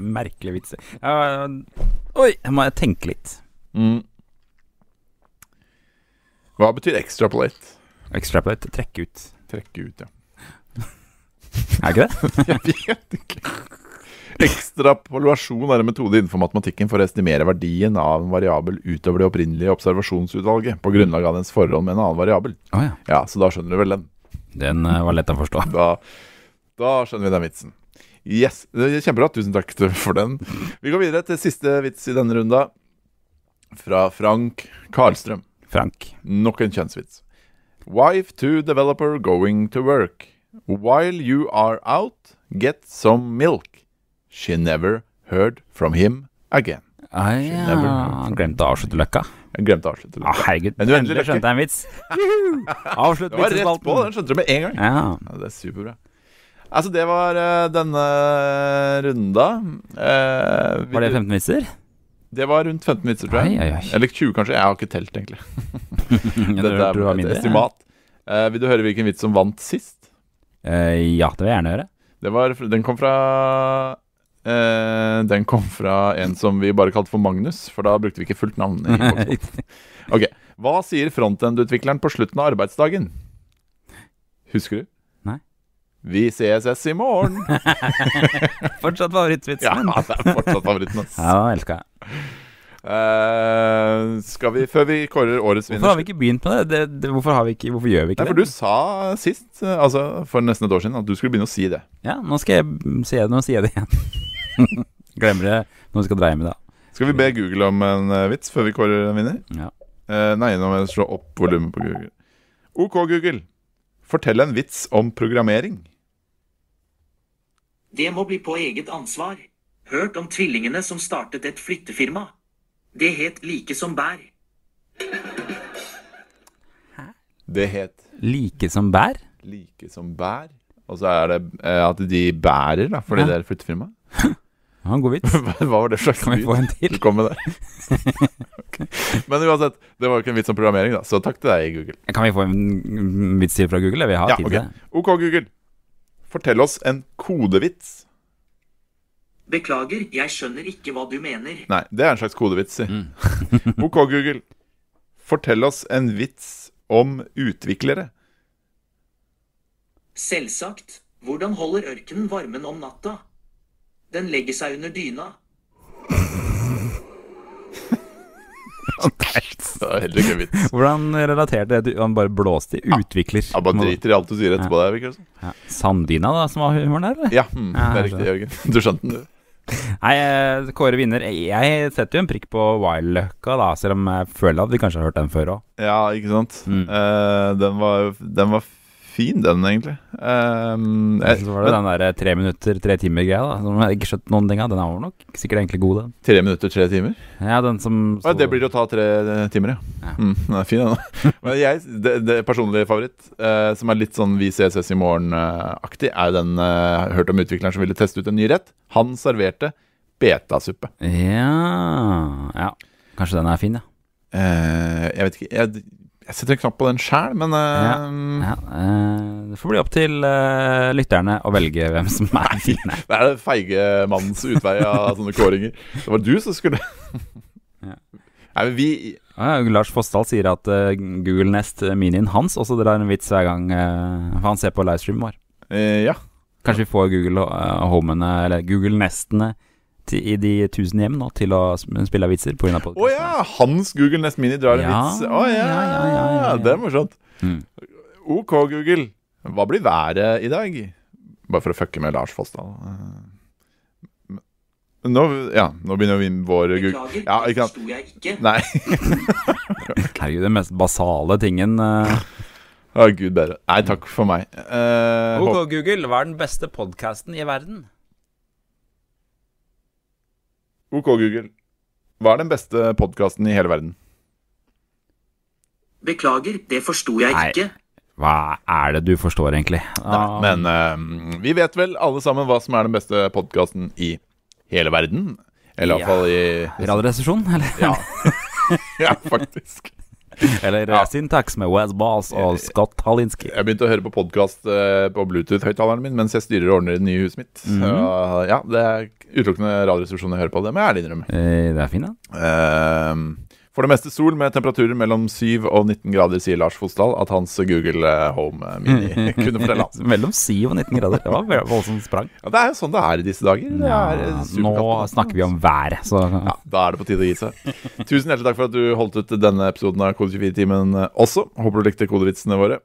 [SPEAKER 2] Merkelig vits. Ja, oi, jeg må tenke litt.
[SPEAKER 1] Mm. Hva betyr extrapolate?
[SPEAKER 2] Extrapolate, trekke ut.
[SPEAKER 1] Trekke ut, ja.
[SPEAKER 2] Er ikke det?
[SPEAKER 1] Jeg vet ikke. Ekstrapolasjon er en metode innenfor matematikken for å estimere verdien av en variabel utover det opprinnelige observasjonsutvalget på grunnlag av dens forhold med en annen variabel.
[SPEAKER 2] Å ja.
[SPEAKER 1] Ja, så da skjønner du vel den.
[SPEAKER 2] Den eh, var lett å forstå.
[SPEAKER 1] Da, da skjønner vi den vitsen. Yes, det er Kjempebra. Tusen takk for den. Vi går videre til siste vits i denne runda, fra Frank Karlstrøm.
[SPEAKER 2] Frank.
[SPEAKER 1] Nok en kjønnsvits. Wife to developer going to work. While you are out, get some milk. She never heard from him again.
[SPEAKER 2] Ah, ja. Han glemte å avslutte løkka.
[SPEAKER 1] Jeg glemte å avslutte.
[SPEAKER 2] Ah, herregud,
[SPEAKER 1] Men du endelig
[SPEAKER 2] endelig skjønte jeg en vits. Juhu! Avslutt
[SPEAKER 1] Det var rett på,
[SPEAKER 2] vitsespalten.
[SPEAKER 1] den skjønte du med en gang.
[SPEAKER 2] Ja.
[SPEAKER 1] Ja, det er superbra. Altså, det var eh, denne runda. Eh, vi-
[SPEAKER 2] Var det 15 vitser?
[SPEAKER 1] det var rundt 15 vitser, tror jeg.
[SPEAKER 2] Oi, oi, oi.
[SPEAKER 1] Eller 20, kanskje. Jeg har ikke telt, egentlig. Dette
[SPEAKER 2] Jeg tror det var
[SPEAKER 1] er et
[SPEAKER 2] mindre.
[SPEAKER 1] estimat. Eh, vil du høre hvilken vits som vant sist?
[SPEAKER 2] Eh, ja, det vil jeg gjerne gjøre.
[SPEAKER 1] Det var, den kom fra eh, Den kom fra en som vi bare kalte for Magnus, for da brukte vi ikke fullt navn. i podcasten. Ok, Hva sier frontend-utvikleren på slutten av arbeidsdagen? Husker du?
[SPEAKER 2] Nei.
[SPEAKER 1] Vi CSS i morgen!
[SPEAKER 2] Fortsatt favorittvitsen
[SPEAKER 1] Ja, altså.
[SPEAKER 2] min.
[SPEAKER 1] det er fortsatt favoritten. ass.
[SPEAKER 2] Ja, den elsker jeg.
[SPEAKER 1] Eh, skal vi, før vi kårer årets
[SPEAKER 2] Hvorfor har
[SPEAKER 1] vinner
[SPEAKER 2] vi ikke begynt med det? det, det hvorfor, har vi ikke, hvorfor gjør vi ikke
[SPEAKER 1] Nei, for du
[SPEAKER 2] det?
[SPEAKER 1] sa sist, eh, altså for nesten et år siden, at du skulle begynne å si det.
[SPEAKER 2] Ja, nå skal jeg mm, si det, nå sier jeg det igjen. Glemmer det når vi skal dreie med det.
[SPEAKER 1] Skal vi be
[SPEAKER 2] Mm.
[SPEAKER 1] Google om en eh, vits før vi kårer en vinner?
[SPEAKER 2] Ja.
[SPEAKER 1] Eh, nei, nå må jeg slå opp volumet på Google. OK, Google. Fortell en vits om programmering.
[SPEAKER 6] Det må bli på eget ansvar. Hørt om tvillingene som startet et flyttefirma. Det het like som bær.
[SPEAKER 1] Det het
[SPEAKER 2] Like som bær?
[SPEAKER 1] Like som bær. Og så er det eh, at de bærer, da, fordi
[SPEAKER 2] Ja.
[SPEAKER 1] det er flyttefirma.
[SPEAKER 2] Det var en god vits.
[SPEAKER 1] Hva var det slags
[SPEAKER 2] Kan vi få en til?
[SPEAKER 1] Du kom med det. Ok. Men uansett, det var jo ikke en vits om programmering, da, så takk til deg, Google.
[SPEAKER 2] Kan vi få en mm, vits til fra Google? eller? Vi har
[SPEAKER 1] Ja,
[SPEAKER 2] tid
[SPEAKER 1] ok.
[SPEAKER 2] til det.
[SPEAKER 1] OK, Google. Fortell oss en kodevits.
[SPEAKER 6] Beklager, jeg skjønner ikke hva du mener.
[SPEAKER 1] Nei, det er en slags kodevits, si. OK, Google. Fortell oss en vits om utviklere.
[SPEAKER 6] Selvsagt. Hvordan holder ørkenen varmen om natta? Den legger seg under dyna.
[SPEAKER 1] Det er heller ikke en vits.
[SPEAKER 2] Hvordan relaterte det til Han bare blåste i utvikler.
[SPEAKER 1] Ja, bare driter i alt du sier etterpå. der, virker det som.
[SPEAKER 2] Ja. Sanddyna, da, som var humoren der, eller?
[SPEAKER 1] sånn? Ja, mm,
[SPEAKER 2] Ja,
[SPEAKER 1] det er
[SPEAKER 2] jeg
[SPEAKER 1] riktig, Jørgen. Du skjønte den, du.
[SPEAKER 2] Nei, eh, Kåre vinner. Jeg setter jo en prikk på Wildløkka, da, selv om jeg føler at vi kanskje har hørt den før òg.
[SPEAKER 1] Ja, ikke sant?
[SPEAKER 2] Mm.
[SPEAKER 1] Eh, den, var, den var fin, den, egentlig. Ehm, jeg-
[SPEAKER 2] Så var det
[SPEAKER 1] men
[SPEAKER 2] den der tre minutter, tre timer-greia, da, som jeg ikke skjønte noen ting av. Den er jo nok sikkert egentlig god, den.
[SPEAKER 1] Tre minutter, tre timer?
[SPEAKER 2] Ja, den som
[SPEAKER 1] Ja, det blir å ta tre timer, ja.
[SPEAKER 2] Ja.
[SPEAKER 1] Mm, den er fin, den. da. Men jeg, det, det personlige favoritt, eh, som er litt sånn Vi ses i morgen-aktig, er den eh, hørt om utvikleren som ville teste ut en ny rett. Han serverte betasuppe.
[SPEAKER 2] Ja, ja. Kanskje den er fin, ja.
[SPEAKER 1] Eh, jeg vet ikke Jeg, jeg setter en knapp på den sjæl, men eh,
[SPEAKER 2] ja eh, det får bli opp til eh, lytterne å velge hvem som er fine.
[SPEAKER 1] Det er den feige mannens utvei av sånne kåringer. Det var du som skulle
[SPEAKER 2] Ja.
[SPEAKER 1] Nei, men vi
[SPEAKER 2] Ja, Lars Fossdal sier at eh, Google Nest Minien hans også drar en vits hver gang eh, for han ser på livestreamen vår.
[SPEAKER 1] eh, Ja.
[SPEAKER 2] Kanskje vi får Google eh, Homene, eller Google Nestene til, i de tusen hjem nå til å sp- spille vitser pga.
[SPEAKER 1] Å
[SPEAKER 2] podkasten.
[SPEAKER 1] ja! Hans Google Nest Mini drar en
[SPEAKER 2] Ja,
[SPEAKER 1] vits. Å ja,
[SPEAKER 2] ja, ja, ja, ja, ja.
[SPEAKER 1] Det er morsomt.
[SPEAKER 2] Mm.
[SPEAKER 1] OK, Google. Hva blir været i dag? Bare for å fucke med Lars Fossdal. Eh, men- Nå, ja, nå begynner vi vår Google...
[SPEAKER 6] Beklager,
[SPEAKER 1] Ja,
[SPEAKER 6] det
[SPEAKER 1] ikke sant.
[SPEAKER 6] forsto jeg ikke.
[SPEAKER 1] Nei.
[SPEAKER 2] Herregud, den mest basale tingen. eh.
[SPEAKER 1] Å, gud bedre. Nei, takk for meg. Eh, håper-
[SPEAKER 2] OK, Google, hva er den beste podkasten i verden?
[SPEAKER 1] OK, Google. Hva er den beste podkasten i hele verden?
[SPEAKER 6] Beklager, det forsto jeg
[SPEAKER 2] Nei.
[SPEAKER 6] ikke.
[SPEAKER 2] Hva er det du forstår, egentlig? Ah,
[SPEAKER 1] Men eh, vi vet vel alle sammen hva som er den beste podkasten i hele verden? Eller
[SPEAKER 2] Ja.
[SPEAKER 1] iallfall i
[SPEAKER 2] Radioresepsjon, eller?
[SPEAKER 1] Ja. ja, faktisk.
[SPEAKER 2] Eller eh,
[SPEAKER 1] Ja. Eh,
[SPEAKER 2] Syntax med Wes Balls og Scott Halinski.
[SPEAKER 1] Jeg begynte å høre på podkast på Bluetooth-høyttaleren min mens jeg styrer og ordner i det nye huset mitt.
[SPEAKER 2] Mhm.
[SPEAKER 1] Så, ja, Det er utelukkende Radioresepsjonen jeg hører på, det må jeg ærlig innrømme.
[SPEAKER 2] Eh, Det er fint, da.
[SPEAKER 1] Ehm, for det meste sol med temperaturer mellom 7 og 19 grader, sier Lars Fosdal at hans Google eh, Home Mini kunne fortelle han.
[SPEAKER 2] Mellom 7 og 19 grader. Det var vel- voldsomt sprang. Ah,
[SPEAKER 1] Ja, det er jo sånn det er i disse dager. Det er eh,
[SPEAKER 2] Nå
[SPEAKER 1] superkaldt.
[SPEAKER 2] snakker vi om været, så
[SPEAKER 1] Ja, da er det på tide å gi seg. Tusen hjertelig takk for at du holdt ut denne episoden av Kode 24-timen også. Håper du likte kodevitsene våre.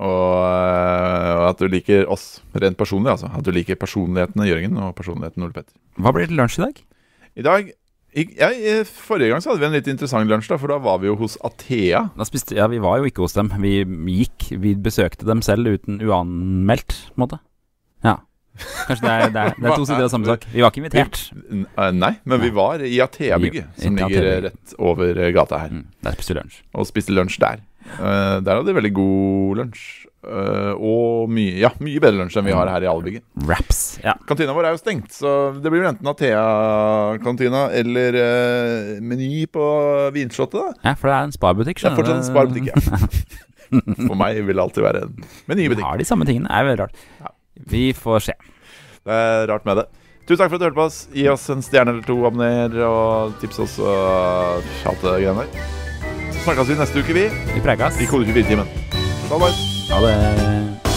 [SPEAKER 1] Og eh, at du liker oss rent personlig, altså. At du liker personlighetene Jørgen og personligheten Ole Petter.
[SPEAKER 2] Hva blir det til lunsj i dag?
[SPEAKER 1] I dag i, ja, i- Forrige gang så hadde vi en litt interessant lunsj, da, for da var vi jo hos Athea.
[SPEAKER 2] Da spiste, ja, Vi var jo ikke hos dem. Vi gikk. Vi besøkte dem selv uten uanmeldt, på en måte. Ja. Kanskje det er, det er, det er to sider av samme sak. Vi var ikke invitert.
[SPEAKER 1] N eh, nei, men vi var i Athea-bygget,
[SPEAKER 2] I-
[SPEAKER 1] som
[SPEAKER 2] i
[SPEAKER 1] ligger eh,
[SPEAKER 2] Athea-bygget.
[SPEAKER 1] rett over eh, gata her.
[SPEAKER 2] Mm, Der spiste vi lunsj.
[SPEAKER 1] Og spiste lunsj der. Eh, der hadde vi veldig god lunsj. Eh, og mye, ja, mye bedre lunsj enn vi har her i Alebygget.
[SPEAKER 2] Wraps. Ja.
[SPEAKER 1] Kantina vår er jo stengt, så det blir jo enten Athea-kantina eller eh, Meny på Vinslottet, da.
[SPEAKER 2] ja, for det er en spabutikk.
[SPEAKER 1] Det er
[SPEAKER 2] skjønner
[SPEAKER 1] fortsatt en
[SPEAKER 2] du.
[SPEAKER 1] sparebutikk, ja. For meg vil det alltid være en menybutikk.
[SPEAKER 2] Har de samme tingene? Det er
[SPEAKER 1] Ja.
[SPEAKER 2] veldig rart. Vi får se.
[SPEAKER 1] Det er rart med det. Tusen takk for at du hørte på oss. Gi oss en stjerne eller to, abonner og tips oss og alt det greiene der. Så snakkes vi neste uke, vi,
[SPEAKER 2] Vi pregas.
[SPEAKER 1] i Kode 24-timen. Ha det.
[SPEAKER 2] Ha det.